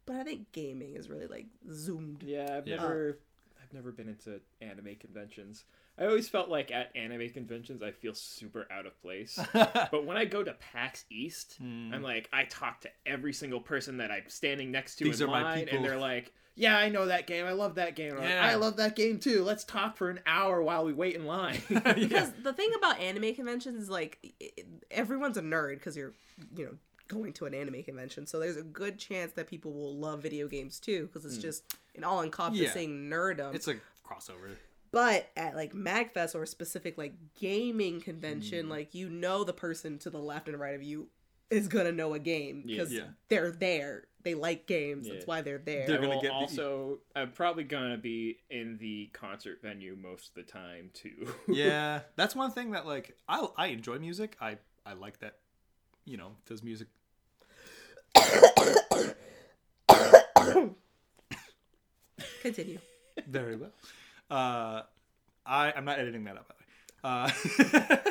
A: but I think gaming is really like zoomed.
C: Yeah, I've
B: Yeah.
C: never I've never been into anime conventions. I always felt like at anime conventions I feel super out of place. but when I go to PAX East,
B: Hmm.
C: I'm like I talk to every single person that I'm standing next to
B: These
C: in
B: are my
C: line
B: people.
C: and they're like, "Yeah, I know that game. I love that game. I'm like,
B: Yeah.
C: I love that game too. Let's talk for an hour while we wait in line."
B: yeah.
A: Because the thing about anime conventions is like i- i- everyone's a nerd because you're, you know, going to an anime convention. So there's a good chance that people will love video games too because it's just an all encompassing nerdum.
B: Mm. it's a crossover.
A: but at like magfest or a specific like gaming convention
B: Hmm.
A: like you know the person to the left and right of you is gonna know a game
C: Yeah.
A: because
B: Yeah.
A: they're there they like games
C: Yeah.
A: that's why they're there
B: They're
C: I
B: gonna
C: will
B: get the- e
C: also. I'm probably gonna be in the concert venue most of the time too.
B: yeah that's one thing that like i i enjoy music i i like that you know does music
A: continue
B: very well uh i i'm not editing that up by the way uh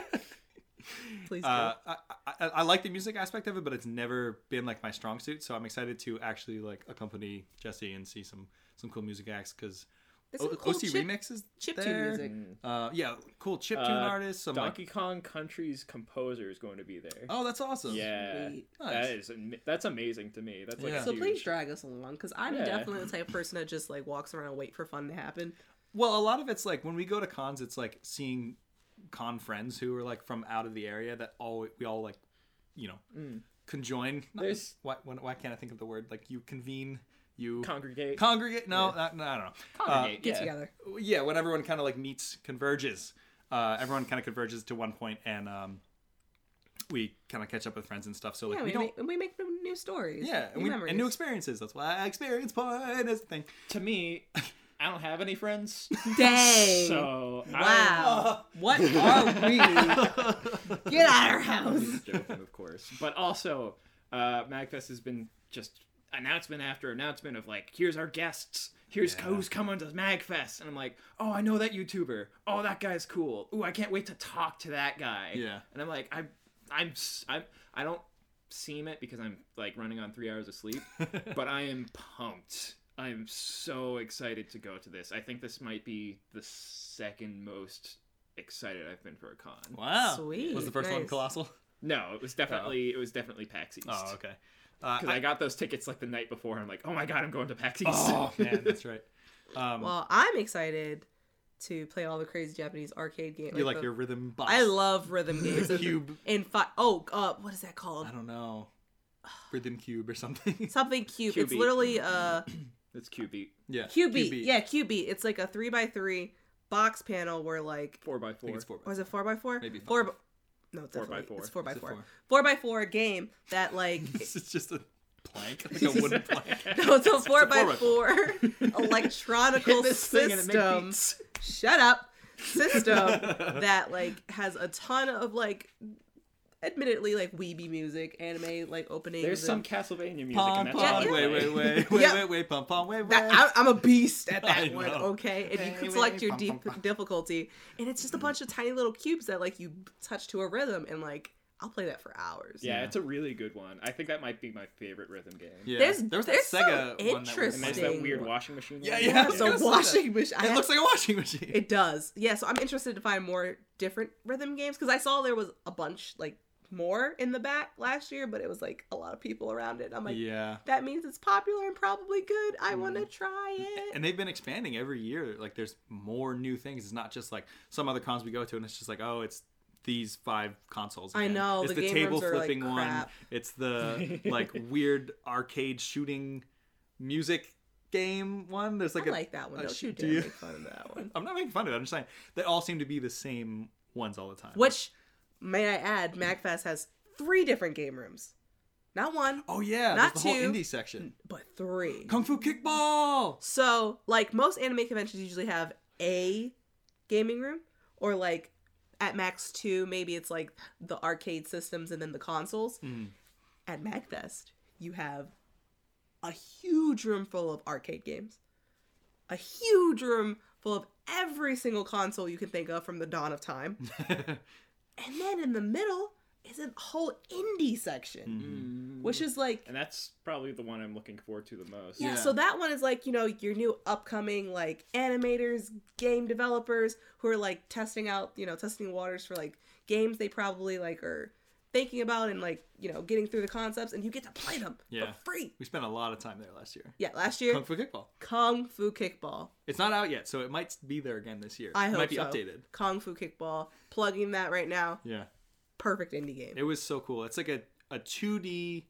A: please do
B: Uh, I, I, I like the music aspect of it, but it's never been like my strong suit. So I'm excited to actually like accompany Jesse and see some some cool music acts because
A: There's some
B: o-
A: cool
B: OC
A: chip-
B: remixes
A: chiptune
B: there.
A: music.
B: Uh, yeah, cool chip tune
C: Uh,
B: artists. Some like,
C: Donkey Kong Country's composer is going to be there.
B: oh, that's awesome.
C: yeah,
A: Sweet.
C: that
B: Nice.
C: is am- that's amazing to me. That's like
B: Yeah.
A: so
C: huge.
A: please drag us along because i'm
C: Yeah.
A: definitely the type of person that just like walks around and wait for fun to happen
B: Well, a lot of it's like when we go to cons, it's like seeing con friends who are like from out of the area that all we all like, you know,
A: Mm.
B: conjoin. Not-
C: There's-
B: why, why why can't I think of the word? Like you convene, you
C: Congregate.
B: congregate. No, not- no, I don't know. Uh,
C: Congregate.
A: Get
C: yeah.
A: together.
B: yeah, when everyone kind of like meets, converges, uh, everyone kind of converges to one point, and um, we kind of catch up with friends and stuff. So like
A: Yeah,
B: we
A: we,
B: don't.
A: make, we make new- new stories.
B: yeah, and,
A: new
B: we,
A: memories.
B: and new experiences. That's why experience point is the thing.
C: To me, I don't have any friends.
A: Dang.
C: So
A: wow. what are Oh, we? Get out of our house.
C: Just joking, of course. But also, uh, Magfest has been just announcement after announcement of like, here's our guests, here's
B: Yeah.
C: who's coming to Magfest, and I'm like, oh, I know that YouTuber. Oh, that guy's cool. Ooh, I can't wait to talk to that guy.
B: Yeah.
C: And I'm like, I'm, I'm, s- I'm, I don't seem it because I'm like running on three hours of sleep, but I am pumped. I am so excited to go to this. I think this might be the second most excited I've been for a con.
B: Wow,
A: Sweet,
B: Was the first one
A: nice.
B: colossal?
C: No, it was definitely it was definitely PAX East.
B: Oh, okay. Uh,
C: Because I,
B: I,
C: got those tickets like the night before. and I'm like, oh my god, I'm going to PAX East.
B: oh man, that's right. Um,
A: Well, I'm excited to play all the crazy Japanese arcade games.
B: you like,
A: the-
B: your rhythm box?
A: I love rhythm games. and-
B: cube.
A: And fi- oh, uh, what is that called?
B: I don't know, rhythm cube or something.
A: Something cube. It's
C: Cubey.
A: literally uh
C: That's cute beat.
B: yeah,
A: cube.
B: Cubey.
A: Yeah, cube. It's like a three by three box panel where like
C: Four by
B: I
C: four.
B: think it's four.
A: was it four by four?
B: Maybe
A: four.
B: five.
A: By- no,
C: Four by
A: definitely
C: four.
A: It's four by
B: It's a
A: four. Four by four game that like
B: This is just a plank, like a wooden plank.
A: no, it's a four by
B: by
A: four electronical
C: Hit this thing and it make
A: system.
C: beats.
A: Shut up. System that like has a ton of like admittedly like weeby music, anime like openings.
C: There's some
A: and-
C: Castlevania music.
B: Pom
C: and that's all
B: pom,
C: I
A: yeah.
B: wait,
C: play.
B: wait, wait, wait,
A: Yeah.
B: wait, wait, pom pom, wait,
A: That,
B: wait.
A: I, I'm a beast at
B: I
A: that one,
B: know.
A: okay? And you
B: Hey,
A: can select your
B: bum,
A: deep
B: bum, bum.
A: difficulty, and it's just a bunch of tiny little cubes that like you touch to a rhythm, and like I'll play that for hours.
C: Yeah, it's a really good one. I think that might be my favorite rhythm game.
B: Yeah.
A: There's-
B: there was that
A: there's some
B: Sega one that was
C: And there's
A: Interesting.
C: that weird washing machine.
B: Yeah,
C: one.
B: yeah. I was
A: It's a
B: gonna say that.
A: washing machine. I
B: It
A: had-
B: looks like a washing machine.
A: it does. Yeah, so I'm interested to find more different rhythm games because I saw there was a bunch like more in the back last year, but it was like a lot of people around it. and I'm like,
B: yeah,
A: that means it's popular and probably good. I
C: Mm.
A: want to try it.
B: and they've been expanding every year. Like, there's more new things. It's not just like some other cons we go to, and it's just like, oh, it's these five consoles.
A: I
B: again.
A: know,
B: It's
A: the game
B: table
A: rooms are, like,
B: flipping one.
A: crap.
B: It's the like weird arcade shooting music game one. There's like
A: I
B: a
A: like that one.
B: a
A: Don't
B: sh-
A: you
B: do
A: dare
B: you-
A: make fun of that one.
B: I'm not making fun of it. I'm just saying they all seem to be the same ones all the time.
A: Which, may I add, MagFest has three different game rooms. Not one,
B: Oh yeah,
A: Not
B: there's the whole
A: two.
B: indie section.
A: but three.
B: Kung Fu Kickball.
A: So, like most anime conventions usually have a gaming room, or like at Max 2, maybe it's like the arcade systems and then the consoles.
B: Mm.
A: At MagFest, you have a huge room full of arcade games, a huge room full of every single console you can think of from the dawn of time. And then in the middle is a whole indie section,
C: Mm.
A: which is like,
C: And that's probably the one I'm looking forward to the most.
A: yeah,
B: Yeah.
A: so that one is like, you know, your new upcoming like animators, game developers who are like testing out, you know, testing waters for like games they probably like are thinking about and like, you know, getting through the concepts and you get to play them
B: Yeah.
A: for free.
B: we spent a lot of time there last year.
A: Yeah, last year,
B: Kung Fu Kickball.
A: Kung Fu Kickball.
B: It's not out yet, so it might be there again this year.
A: I
B: it
A: hope
B: might be
A: so.
B: updated.
A: Kung Fu Kickball. Plugging that right now.
B: Yeah.
A: Perfect indie game.
B: It was so cool. It's like a, a 2D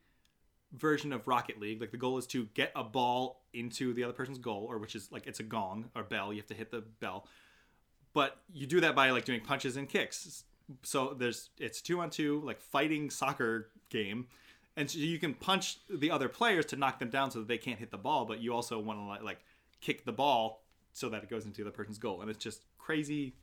B: version of Rocket League. Like the goal is to get a ball into the other person's goal, or which is like it's a gong or bell. You have to hit the bell. But you do that by like doing punches and kicks. So there's it's two on two, like fighting soccer game. And so you can punch the other players to knock them down so that they can't hit the ball, but you also want to like kick the ball so that it goes into the person's goal. And it's just crazy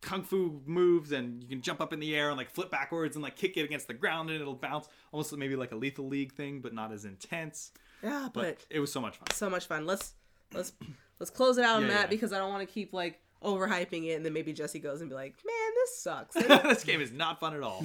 B: kung fu moves and you can jump up in the air and like flip backwards and like kick it against the ground and it'll bounce almost maybe like a lethal league thing but not as intense
A: yeah,
B: but
A: but
B: it was so much fun
A: so much fun. Let's let's let's close it out on
B: Yeah,
A: that
B: yeah.
A: because I don't want to keep like overhyping it and then maybe Jesse goes and be like, "Man, this sucks."
B: this game is not fun at all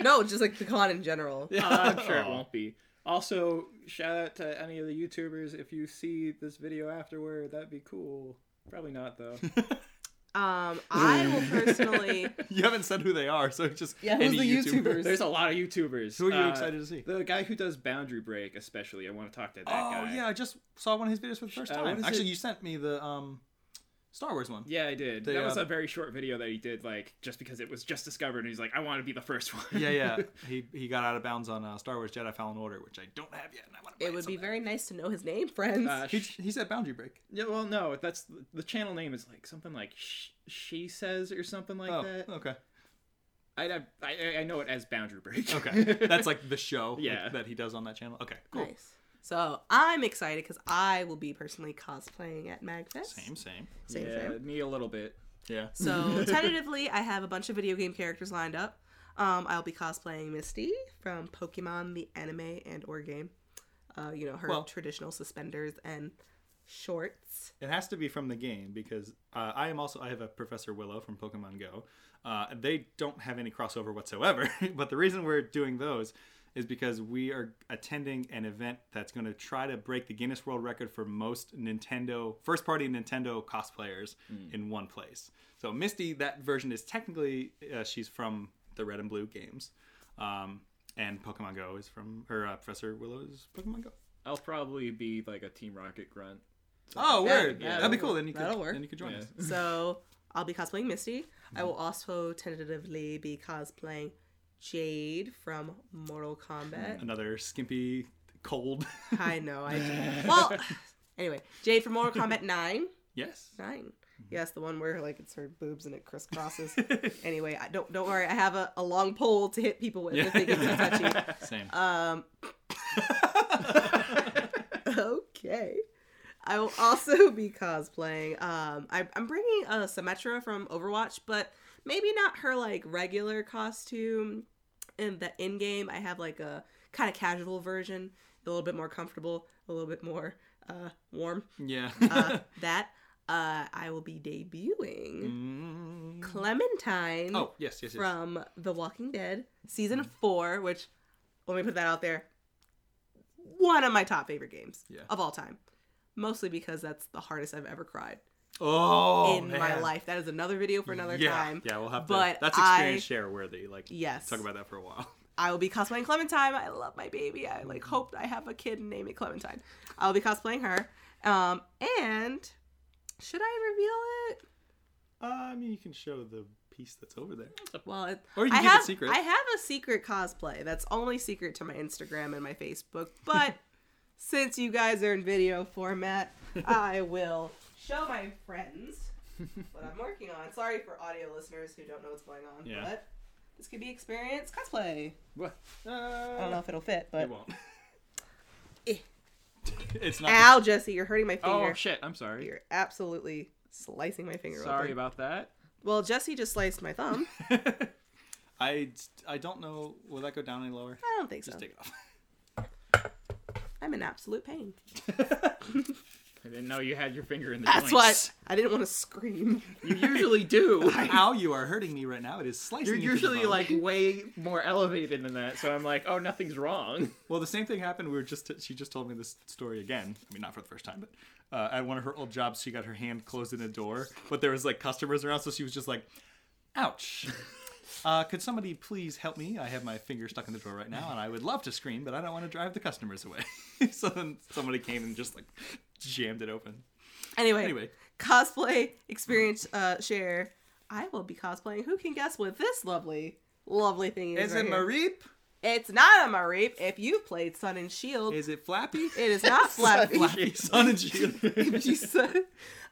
A: no, just like the con in general.
C: Uh, I'm sure it
B: Aw.
C: won't be. Also, shout out to any of the YouTubers if you see this video afterward. That'd be cool. Probably not though.
A: Um, I will personally.
B: you haven't said who they are so it's just
A: Yeah, who's
B: any
A: the
B: YouTuber.
A: YouTubers?
C: There's a lot of YouTubers.
B: who are you
C: Uh,
B: excited to see
C: The guy who does Boundary Break, especially. I want to talk to that
B: oh
C: guy.
B: yeah i just saw one of his videos for the first
C: Uh, what
B: time
C: is
B: actually
C: it?
B: you sent me the um Star Wars one.
C: Yeah, I did.
B: They,
C: that was
B: uh,
C: a very short video that he did, like just because it was just discovered, and he's like, "I want to be the first one."
B: Yeah, yeah. he he got out of bounds on uh, Star Wars Jedi Fallen Order, which I don't have yet, and I want to. Play
A: It would be
B: someday.
A: very nice to know his name, friends.
C: Uh,
B: He,
C: sh-
B: he said boundary break.
C: yeah. Well, no, that's the channel name is like something like sh- she says or something like
B: oh,
C: that.
B: okay,
C: I, I I- I know it as Boundary Break.
B: okay. That's like the show.
C: Yeah.
B: that he does on that channel. Okay, cool.
A: Nice. So I'm excited because I will be personally cosplaying at MagFest.
B: Same, same.
A: Same,
C: yeah,
A: same.
C: me a little bit.
B: Yeah.
A: So tentatively, I have a bunch of video game characters lined up. Um, I'll be cosplaying Misty from Pokemon the anime and or game. Uh, you know her
B: Well-
A: traditional suspenders and shorts.
B: It has to be from the game because uh, I am also I have a Professor Willow from Pokemon Go. Uh, they don't have any crossover whatsoever. but the reason we're doing those is because we are attending an event that's going to try to break the Guinness World Record for most Nintendo first party Nintendo cosplayers
A: Hmm.
B: in one place. So Misty, that version is technically uh, she's from the Red and Blue games, um, and Pokemon Go is from or uh, Professor Willow's Pokemon Go.
C: I'll probably be like a Team Rocket grunt.
B: Oh,
A: That-
B: word!
A: yeah,
B: That'd be
A: that'll work.
B: cool. Then you could
A: That'll work.
B: then you could join
C: Yeah.
B: us.
A: So I'll be cosplaying Misty. I will also tentatively be cosplaying Jade from Mortal Kombat.
B: another skimpy cold
A: I know. I well. Anyway, Jade from Mortal Kombat Nine.
B: yes
A: Nine. Yes, the one where like it's her boobs and it crisscrosses. anyway, I don't don't worry. I have a, a long pole to hit people with if they get too touchy.
B: same
A: Um. okay. I will also be cosplaying. Um, I, I'm bringing uh, Symmetra from Overwatch, but maybe not her like regular costume. In the in game, I have like a kind of casual version, a little bit more comfortable, a little bit more uh, warm.
B: yeah
A: Uh, that uh, I will be debuting
B: Mm.
A: Clementine
B: oh yes yes yes
A: from The Walking Dead season
B: Hmm.
A: four, which let me put that out there, one of my top favorite games
B: Yeah.
A: of all time, mostly because that's the hardest I've ever cried
B: oh
A: in my
B: man.
A: life. That is another video for another
B: yeah
A: time.
B: yeah we'll have to
A: But
B: that's
A: I-
B: experience share worthy like
A: Yes,
B: talk about that for a while
A: I will be cosplaying Clementine. I love my baby. I
B: Hmm.
A: like hoped I have a kid and name it Clementine. I'll be cosplaying her. Um, and should I reveal it?
B: uh, i mean you can show the piece that's over there
A: Well, it,
B: Or you
A: I
B: can keep it
A: have,
B: secret.
A: I have a secret cosplay that's only secret to my Instagram and my Facebook. But since you guys are in video format, I will show my friends what I'm working on. Sorry for audio listeners who don't know what's going on,
B: Yeah.
A: but this could be experience cosplay.
C: What? Uh,
A: I don't know if it'll fit, but
B: it won't
A: Eh.
B: it's not
A: ow, Jesse, you're hurting my
C: Oh
A: finger.
C: shit! I'm sorry.
A: You're absolutely slicing my finger.
C: Sorry
A: open.
C: about that.
A: Well, Jesse just sliced my thumb.
B: the- i i don't know will that go down any lower
A: I don't think so.
B: just take it off
A: I'm in absolute pain.
C: I didn't know you had your finger in the
A: That's why
C: joints.
A: I didn't want to scream.
C: you usually do.
B: ow you are hurting me right now it is slicing
C: You're
B: into the
C: usually
B: bone.
C: like way more elevated than that, so I'm like, oh, nothing's wrong.
B: Well, the same thing happened. We were just she just told me this story again. I mean, not for the first time, but uh, at one of her old jobs, she got her hand closed in a door, but there was like customers around, so she was just like, "Ouch." Uh, could somebody please help me? I have my finger stuck in the door right now, and I would love to scream, but I don't want to drive the customers away. so then somebody came and just like jammed it open. Anyway,
A: cosplay experience uh share i will be cosplaying who can guess what this lovely lovely thing is,
B: is
A: right
B: it
A: here.
B: Mareep?
A: it's not a mareep if you've played sun and shield
B: Is it Flappy?
A: it is not flappy
B: Flappy, Sun and Shield.
A: If you said-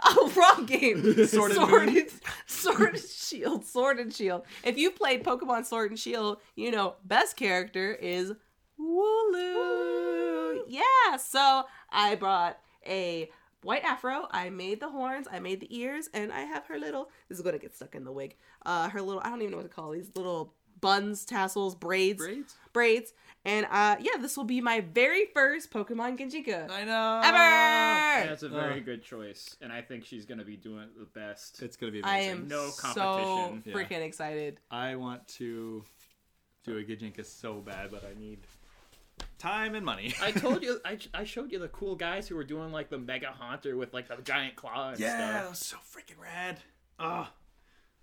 A: oh wrong game
B: Sword and
A: sword
B: Moon?
A: and, sword and shield sword and shield if you've played pokemon sword and shield you know best character is wooloo yeah so i brought a white afro i made the horns i made the ears and i have her little this is gonna get stuck in the wig uh her little i don't even know what to call these little buns tassels braids
B: Braids?
A: braids and uh yeah this will be my very first pokemon genjika
B: I know.
A: ever
C: Ah, That's a very
B: Uh.
C: good choice, and I think she's gonna be doing the best.
B: It's gonna be
A: I
B: amazing.
A: am
C: No
A: so
C: competition.
B: Yeah.
A: freaking excited.
B: I want to do a Gajinka so bad, but I need time and money.
C: I told you, I, I showed you the cool guys who were doing like the mega haunter with like the giant claw and
B: yeah, that
C: stuff,
B: was so freaking rad. Ah,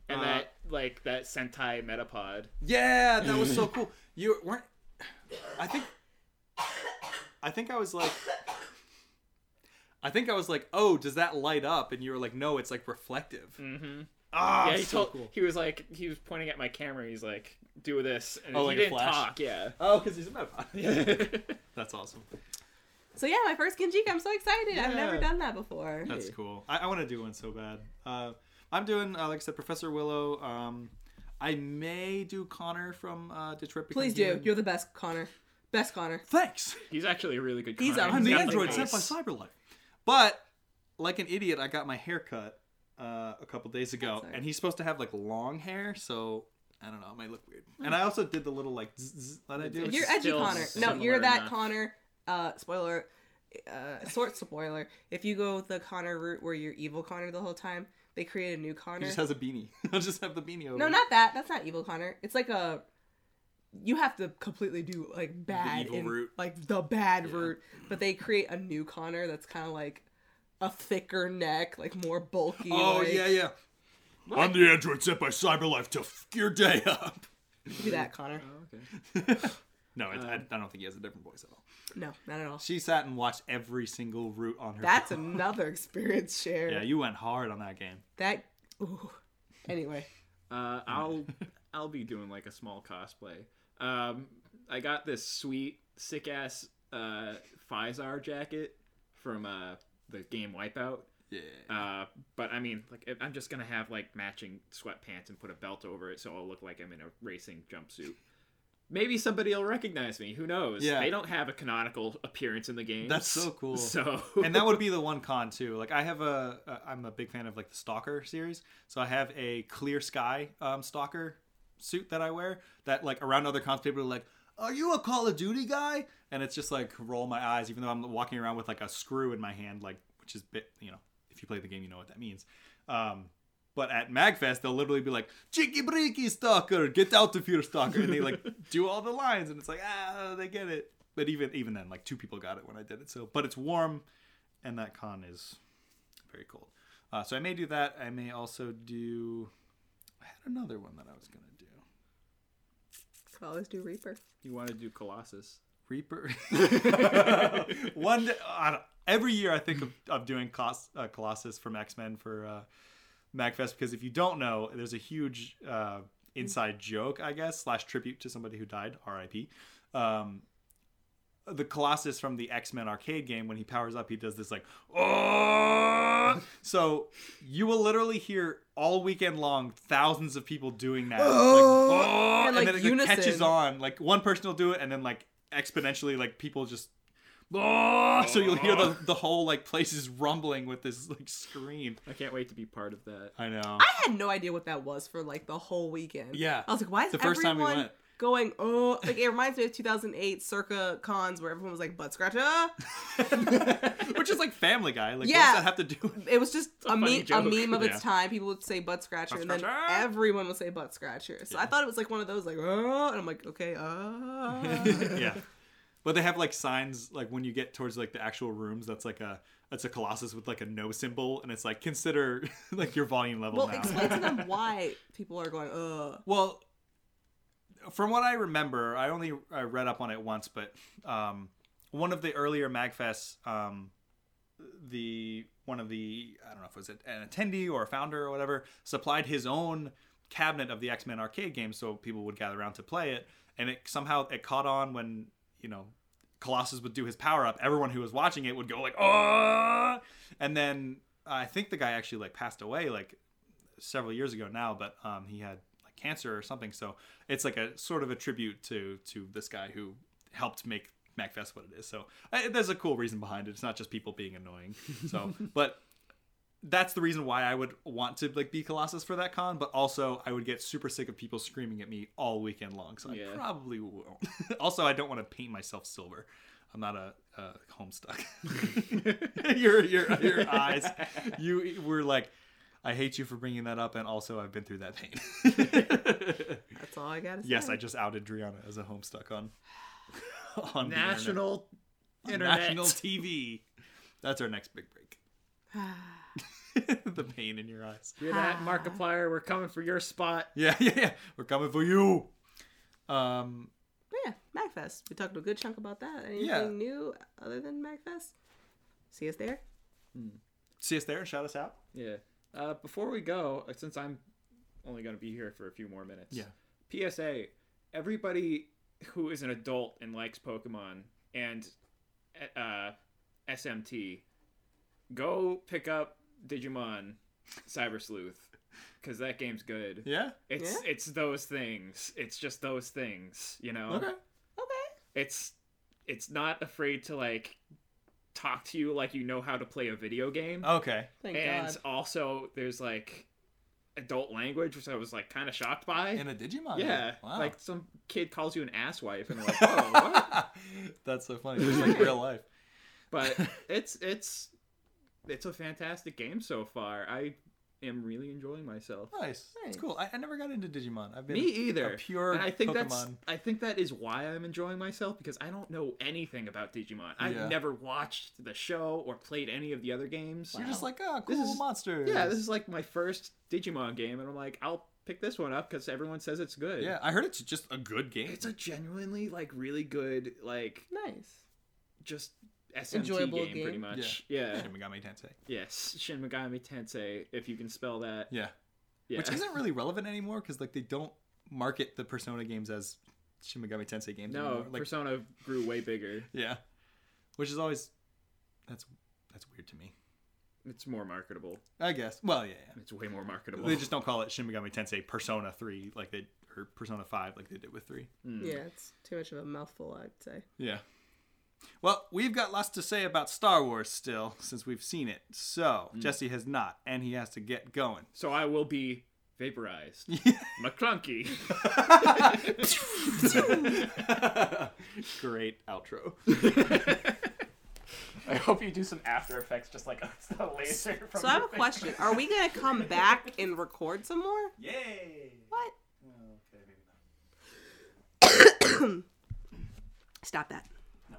C: and
B: Uh.
C: that like that Sentai Metapod.
B: yeah, that was so cool. You weren't. I think. I think I was like. I think I was like, "Oh, does that light up?" And you were like, "No, it's like reflective."
C: Mm-hmm.
B: Ah,
C: yeah, he
B: so
C: told.
B: cool.
C: He was like, he was pointing at my camera. He's like, "Do this," and
B: Oh,
C: he
B: like a
C: didn't
B: flash?
C: talk. Yeah.
B: Oh, because he's a metapod.
C: yeah.
B: That's awesome.
A: So yeah, my first Kinjika. I'm so excited. I've never
B: Yeah.
A: done that before.
B: That's cool. I, I want to do one so bad. Uh, I'm doing, uh, like I said, Professor Willow. Um, I may do Connor from uh, Detroit. Become
A: Please do.
B: Human.
A: You're the best, Connor. Best Connor.
B: Thanks.
C: He's actually a really good.
A: He's
C: crime.
A: a-
B: I'm the
C: got
B: android
C: voice.
B: sent by Cyberlife. But like an idiot, I got my hair cut uh, a couple days ago,
A: That's alright.
B: and he's supposed to have like long hair, so I don't know, it might look weird. And I also did the little like zzz, zzz that I do.
C: It's
A: Hmm. you're
C: ed-
A: edgy
C: still
A: Connor. No,
C: similar
A: you're that
C: enough.
A: Connor. Uh, spoiler, uh, sort spoiler. If you go the Connor route where you're evil Connor the whole time, they create a new
B: he
A: Connor.
B: just has a beanie. I'll just have the beanie over.
A: No, not that. That's not evil Connor. It's like a you have to completely do like bad
B: evil
A: and-
B: route.
A: like the bad
B: Yeah.
A: route, but they create a new Connor that's kind of like a thicker neck, like more bulky.
B: Oh
A: like,
B: yeah, yeah. I'm the android sent by Cyberlife to f- your day up.
A: Do that, Connor.
C: Oh, okay.
B: no, it, I, I don't think he has a different voice at all.
A: No, not at all.
B: She sat and watched every single route on her.
A: That's
B: phone.
A: another experience share.
B: yeah. You went hard on that game.
A: That. Ooh. Anyway,
C: Uh, I'll I'll be doing like a small cosplay. Um, I got this sweet sick ass uh Fizar jacket from uh the game Wipeout.
B: Yeah.
C: Uh, but I mean, like I'm just gonna have like matching sweatpants and put a belt over it, so I'll look like I'm in a racing jumpsuit. Maybe somebody will recognize me. Who knows?
B: Yeah.
C: They don't have a canonical appearance in the game.
B: That's so cool.
C: So
B: and that would be the one con too. Like I have a, uh, I'm a big fan of like the Stalker series, so I have a clear sky um, Stalker suit that I wear. That like around other cons, people are like, "Are you a Call of Duty guy?" And it's just like roll my eyes, even though I'm walking around with like a screw in my hand, like which is bit, you know, if you play the game, you know what that means. Um, but at Magfest, they'll literally be like, "Cheeky breeky stalker, get out of here, stalker," and they like do all the lines, and it's like, ah, they get it. But even even then, like two people got it when I did it. So, but it's warm, and that con is very cold. Uh, so I may do that. I may also do. I had another one that I was gonna do.
A: so always do Reaper.
C: you want to do Colossus?
B: Reaper. one day, I don't- every year I think of, of doing Cos, uh, Colossus from X Men for uh, Magfest because if you don't know, there's a huge uh, inside joke, I guess, slash tribute to somebody who died, R.I.P. Um, the Colossus from the X Men arcade game, when he powers up, he does this like, oh! so you will literally hear all weekend long thousands of people doing that, like, "Oh!"
A: And,
B: and,
A: like,
B: then it like, catches
A: unison.
B: on. Like one person will do it, and then like exponentially, like people just. "Oh!" So you'll hear the, the whole like place is rumbling with this like scream.
C: I can't wait to be part of that.
B: I know.
A: I had no idea what that was for like the whole weekend.
B: Yeah.
A: I was like, why is
B: The first time we
A: everyone
B: went.
A: going? Oh, like it reminds me of 2008 circa cons where everyone was like butt scratcher.
B: Which is like Family Guy. Like
A: Yeah.
B: what does that have to do? with-
A: It was just
C: a
A: a, meme,
C: funny
A: a
C: joke.
A: meme of
B: Yeah.
A: its time. People would say butt scratcher,
B: Butt
A: and then
B: scratcher.
A: everyone would say butt scratcher. So I thought it was like one of those, like oh, and I'm like, okay, uh.
B: yeah. But they have like signs like when you get towards like the actual rooms that's like a it's a colossus with like a no symbol and it's like consider like your volume level
A: well,
B: now.
A: explain to them why people are going, uh.
B: Well, from what I remember, I only I read up on it once, but um, one of the earlier Magfests, um, the one of the I don't know if it was an attendee or a founder or whatever supplied his own cabinet of the X Men arcade game, so people would gather around to play it, and it somehow it caught on when you know Colossus would do his power up, everyone who was watching it would go like, "Oh!" And then I think the guy actually like passed away like several years ago now, but um, he had like cancer or something. So it's like a sort of a tribute to to this guy who helped make MacFest what it is. So I, there's a cool reason behind it. It's not just people being annoying. So, but that's the reason why I would want to like be Colossus for that con, but also I would get super sick of people screaming at me all weekend long. So I
C: Yeah.
B: probably won't. also, I don't want to paint myself silver. I'm not a, a homestuck. your your your eyes, you were like, I hate you for bringing that up, and also I've been through that pain.
A: That's all I gotta say.
B: yes, I just outed Driana as a homestuck on on the internet.
C: National
B: On
C: internet.
B: national TV. That's our next big break. the pain in your eyes.
C: You're that Markiplier. We're coming for your spot.
B: Yeah, yeah, yeah. We're coming for you. Um,
A: yeah, Magfest. We talked a good chunk about that. Anything
B: Yeah.
A: new other than Magfest? See us there.
B: See us there and shout us out.
C: Yeah. Uh, before we go, uh, since I'm only going to be here for a few more minutes.
B: Yeah.
C: PSA: Everybody who is an adult and likes Pokemon and uh, SMT, go pick up Digimon Cyber Sleuth because that game's good.
B: Yeah.
C: It's it's those things. It's just those things. You know.
B: Okay.
A: Okay.
C: It's it's not afraid to like talk to you like you know how to play a video game
B: Okay.
A: Thank
C: and
A: God.
C: also there's like adult language which i was like kind of shocked by
B: In a Digimon.
C: yeah
B: game. Wow.
C: like some kid calls you an asswife and i'm like oh what
B: That's so funny. Just like real life.
C: but it's it's it's a fantastic game so far i am really enjoying myself
B: Nice.
A: Nice.
B: It's cool. I, I never got into Digimon. I've been
C: me either
B: A pure
C: and i think
B: Pokemon.
C: that's i think that is why i'm enjoying myself because i don't know anything about digimon
B: Yeah.
C: i've never watched the show or played any of the other games
B: You're just
A: Wow.
B: like, oh,
C: This
B: cool
C: is-
B: monsters.
C: Yeah, this is like my first Digimon game, and I'm like, I'll pick this one up because everyone says it's good.
B: Yeah, I heard it's just a good game.
C: it's a genuinely like really good like
A: Nice.
C: just SMT
A: Enjoyable
C: game, pretty
A: game.
C: much. Yeah.
B: Shin Megami Tensei.
C: Yes, Shin Megami Tensei, if you can spell that.
B: Yeah.
C: Yeah.
B: Which isn't really relevant anymore because like they don't market the Persona games as Shin Megami Tensei games
C: no
B: anymore. Like,
C: Persona grew way bigger.
B: yeah, which is always that's that's weird to me.
C: It's more marketable.
B: I guess. Well, yeah, yeah.
C: It's way more marketable.
B: They just don't call it Shin Megami Tensei Persona Three like they or Persona Five like they did with three.
C: Mm.
A: Yeah, it's too much of a mouthful, I'd say.
B: Yeah. Well, we've got lots to say about Star Wars still since we've seen it. So
C: Mm.
B: Jesse has not, and he has to get going.
C: So I will be vaporized. McClunky.
B: Great outro.
D: I hope you do some After Effects, just like a laser. From
A: So I have
D: your
A: a
D: face.
A: question. Are we gonna come back and record some more?
D: Yay!
B: Oh,
A: What?
D: Okay, maybe not.
A: Stop that. No.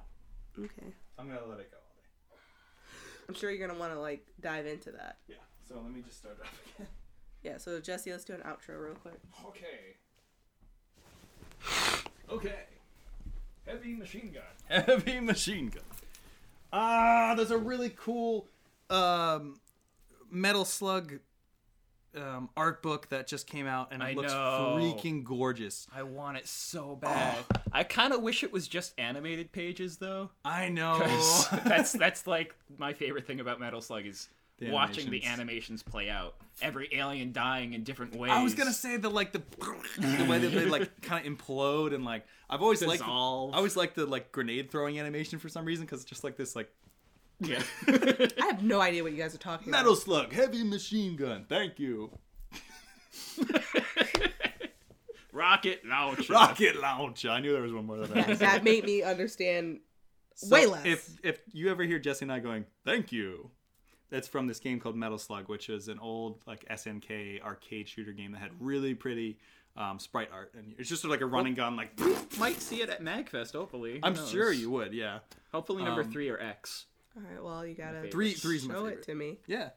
A: Okay.
B: I'm gonna let it go all day.
A: I'm sure you're gonna want to like dive into that.
B: Yeah. So let me just start it up again.
A: Yeah. So Jesse, let's do an outro real quick.
C: Okay. Okay. Heavy machine gun.
B: Heavy machine gun. Ah, there's a really cool um, metal slug um, art book that just came out, and it
C: I
B: looks
C: know.
B: freaking gorgeous.
C: I want it so bad. I kind of wish it was just animated pages though.
B: I know.
C: 'Cause that's that's like my favorite thing about Metal Slug is
B: The
C: watching the animations play out. Every alien dying in different ways.
B: I was gonna say the like the the way that they like kind of implode and like I've always liked
C: Dissolve.
B: I always liked the like grenade throwing animation for some reason because it's just like this like
C: Yeah.
A: I have no idea what you guys are talking about.
B: metal slug heavy machine gun thank you
C: Rocket launcher.
B: rocket launcher I knew there was one more than
A: Yeah,
B: that
A: that made me understand way less.
B: If if you ever hear Jesse and I going, thank you, that's from this game called Metal Slug, which is an old like SNK arcade shooter game that had really pretty um, sprite art, and it's just sort of like a run and gun. Like
C: Might see it at Magfest. Hopefully. Who
B: I'm
C: knows?
B: sure you would, yeah,
C: Hopefully number
B: Um,
C: three or X.
A: All right. Well, you gotta
C: favorite.
B: Three- three's my
A: show
B: favorite.
A: it to me.
B: yeah.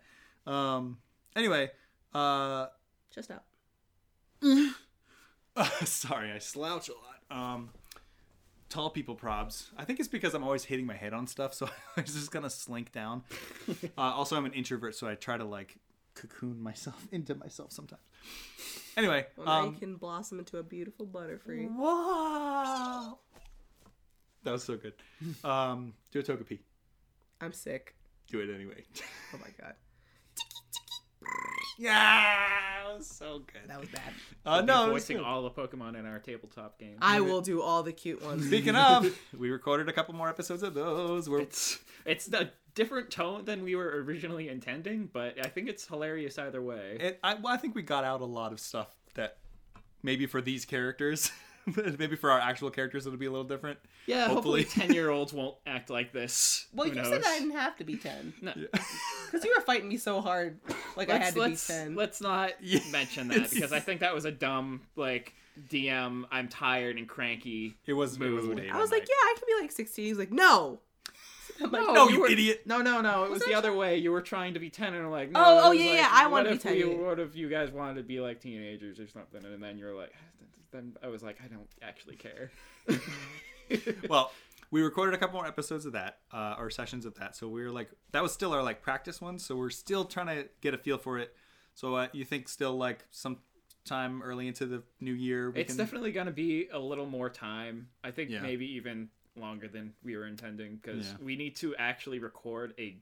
B: Um, anyway, uh,
A: Just out.
B: sorry, I slouch a lot. Um, tall people probs. I think it's because I'm always hitting my head on stuff, so I was just gonna slink down. uh, also, I'm an introvert, so I try to like cocoon myself into myself sometimes. Anyway,
A: Well, now
B: um,
A: you can blossom into a beautiful butterfree.
B: wow, that was so good. Um, do a togepi.
A: I'm sick.
B: Do it anyway.
A: Oh my god.
B: yeah, that was so good.
A: That was bad.
B: Uh, no, it was
C: voicing
B: good.
C: all the Pokemon in our tabletop game.
A: I will do all the cute ones.
B: Speaking of, we recorded a couple more episodes of those. We're
C: it's it's a different tone than we were originally intending, but I think it's hilarious either way.
B: it, I, well, I think we got out a lot of stuff that maybe for these characters, maybe for our actual characters, it'll be a little different.
C: yeah,
B: hopefully.
C: hopefully ten year olds won't act like this.
A: Well,
C: Who
A: you
C: knows?
A: said I didn't have to be ten
C: No.
A: because you were fighting me so hard, like I had to be
C: let's,
A: ten.
C: let's not
B: Yeah.
C: mention that because I think that was a dumb like DM. I'm tired and cranky.
B: It was. It was
C: Mood.
B: late
A: I was
B: at
A: like,
B: night.
A: yeah, I can be like sixteen. He's like, no. I'm like,
B: No,
C: Oh,
B: you,
C: you were-
B: idiot.
C: No, no, no. It was,
A: Was I
C: the
A: tr-
C: other way. You were trying to be ten, and I'm like, no,
A: Oh, oh,
C: it was
A: yeah,
C: like,
A: yeah, I
C: what
A: wanna be
C: if
A: 10,
C: you-
A: yeah.
C: What if you guys wanted to be like teenagers or something? And then you're like, then I was like, I don't actually care.
B: Well, we recorded a couple more episodes of that, uh, or sessions of that. So we were like, that was still our like practice one. So we're still trying to get a feel for it. So uh, you think still like sometime early into the new year? We
C: It's definitely going to be a little more time. I think
B: Yeah.
C: maybe even longer than we were intending because
B: Yeah.
C: we need to actually record a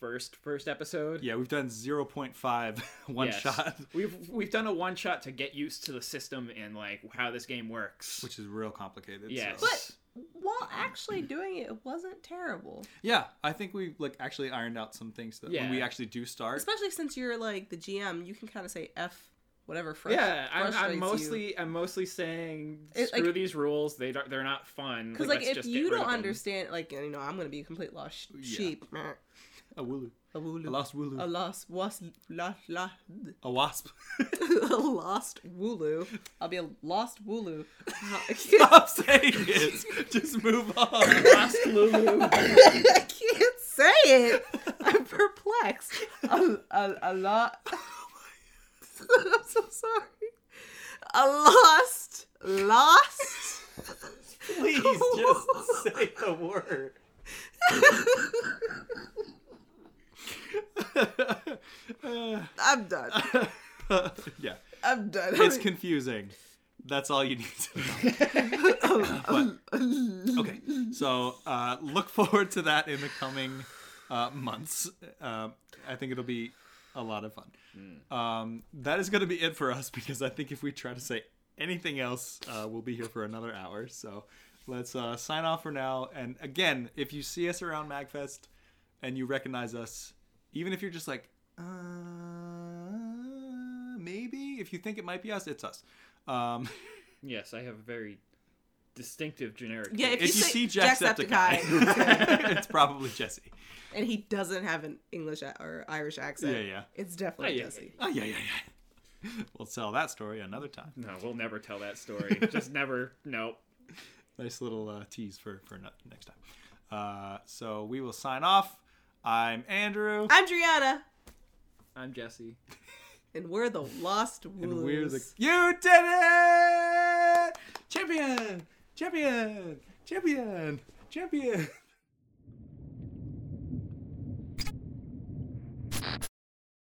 C: first first episode.
B: Yeah, we've done 0.5 one
C: Yes.
B: shot,
C: We've we've done a one shot to get used to the system and like how this game works.
B: which is real complicated.
C: yes.
B: so-
A: But- While actually doing it, it wasn't terrible.
C: Er
B: yeah, I think we like actually ironed out some things that when we
C: Yeah.
B: actually do start.
A: Especially since you're like the GM, you can kind of say F whatever frus-
C: yeah, I'm,
A: frustrates
C: I'm mostly I'm mostly saying
A: It, like-
C: screw these rules. They don't, they're not fun.
A: Because like,
C: let's
A: if
C: just get
A: you
C: rid
A: don't
C: of them.
A: understand, like you know, I'm gonna be a complete lost sh-
B: Yeah.
A: sheep.
B: A wooloo.
A: A
B: A
A: wooloo.
B: lost wooloo.
A: A lost was la la.
B: a wasp.
A: a lost wooloo. I'll be a lost wooloo.
B: Stop saying it. Just move on.
C: Lost Lulu.
A: I can't say it. I'm perplexed. A, a, a lot. I'm so sorry. A lost, lost.
B: Please just say the word.
A: I'm done.
B: Uh, yeah,
A: I'm done.
B: it's confusing. That's all you need to know. But- okay, so uh, look forward to that in the coming uh, months. Um I think it'll be a lot of fun. Um, that is going to be it for us because I think if we try to say anything else, uh, we'll be here for another hour. So let's uh, sign off for now. And again, if you see us around MagFest and you recognize us, even if you're just like, uh, maybe, if you think it might be us, it's us. Um,
C: yes, I have a very distinctive generic.
A: yeah, if,
B: if you
A: say
B: see Jacksepticeye, it's probably Jesse.
A: and he doesn't have an English a- or Irish accent,
B: Yeah, yeah.
A: it's definitely
C: Yeah, yeah,
A: Jesse.
B: Oh, yeah, yeah, yeah. We'll tell that story another time.
C: No, we'll never tell that story. Just never. Nope.
B: nice little uh, tease for for no- next time. Uh, so we will sign off. I'm Andrew,
A: I'm Driana,
C: I'm Jesse.
A: and we're the Lost Wooloos.
B: and we're the you did it, champion, champion, champion, champion.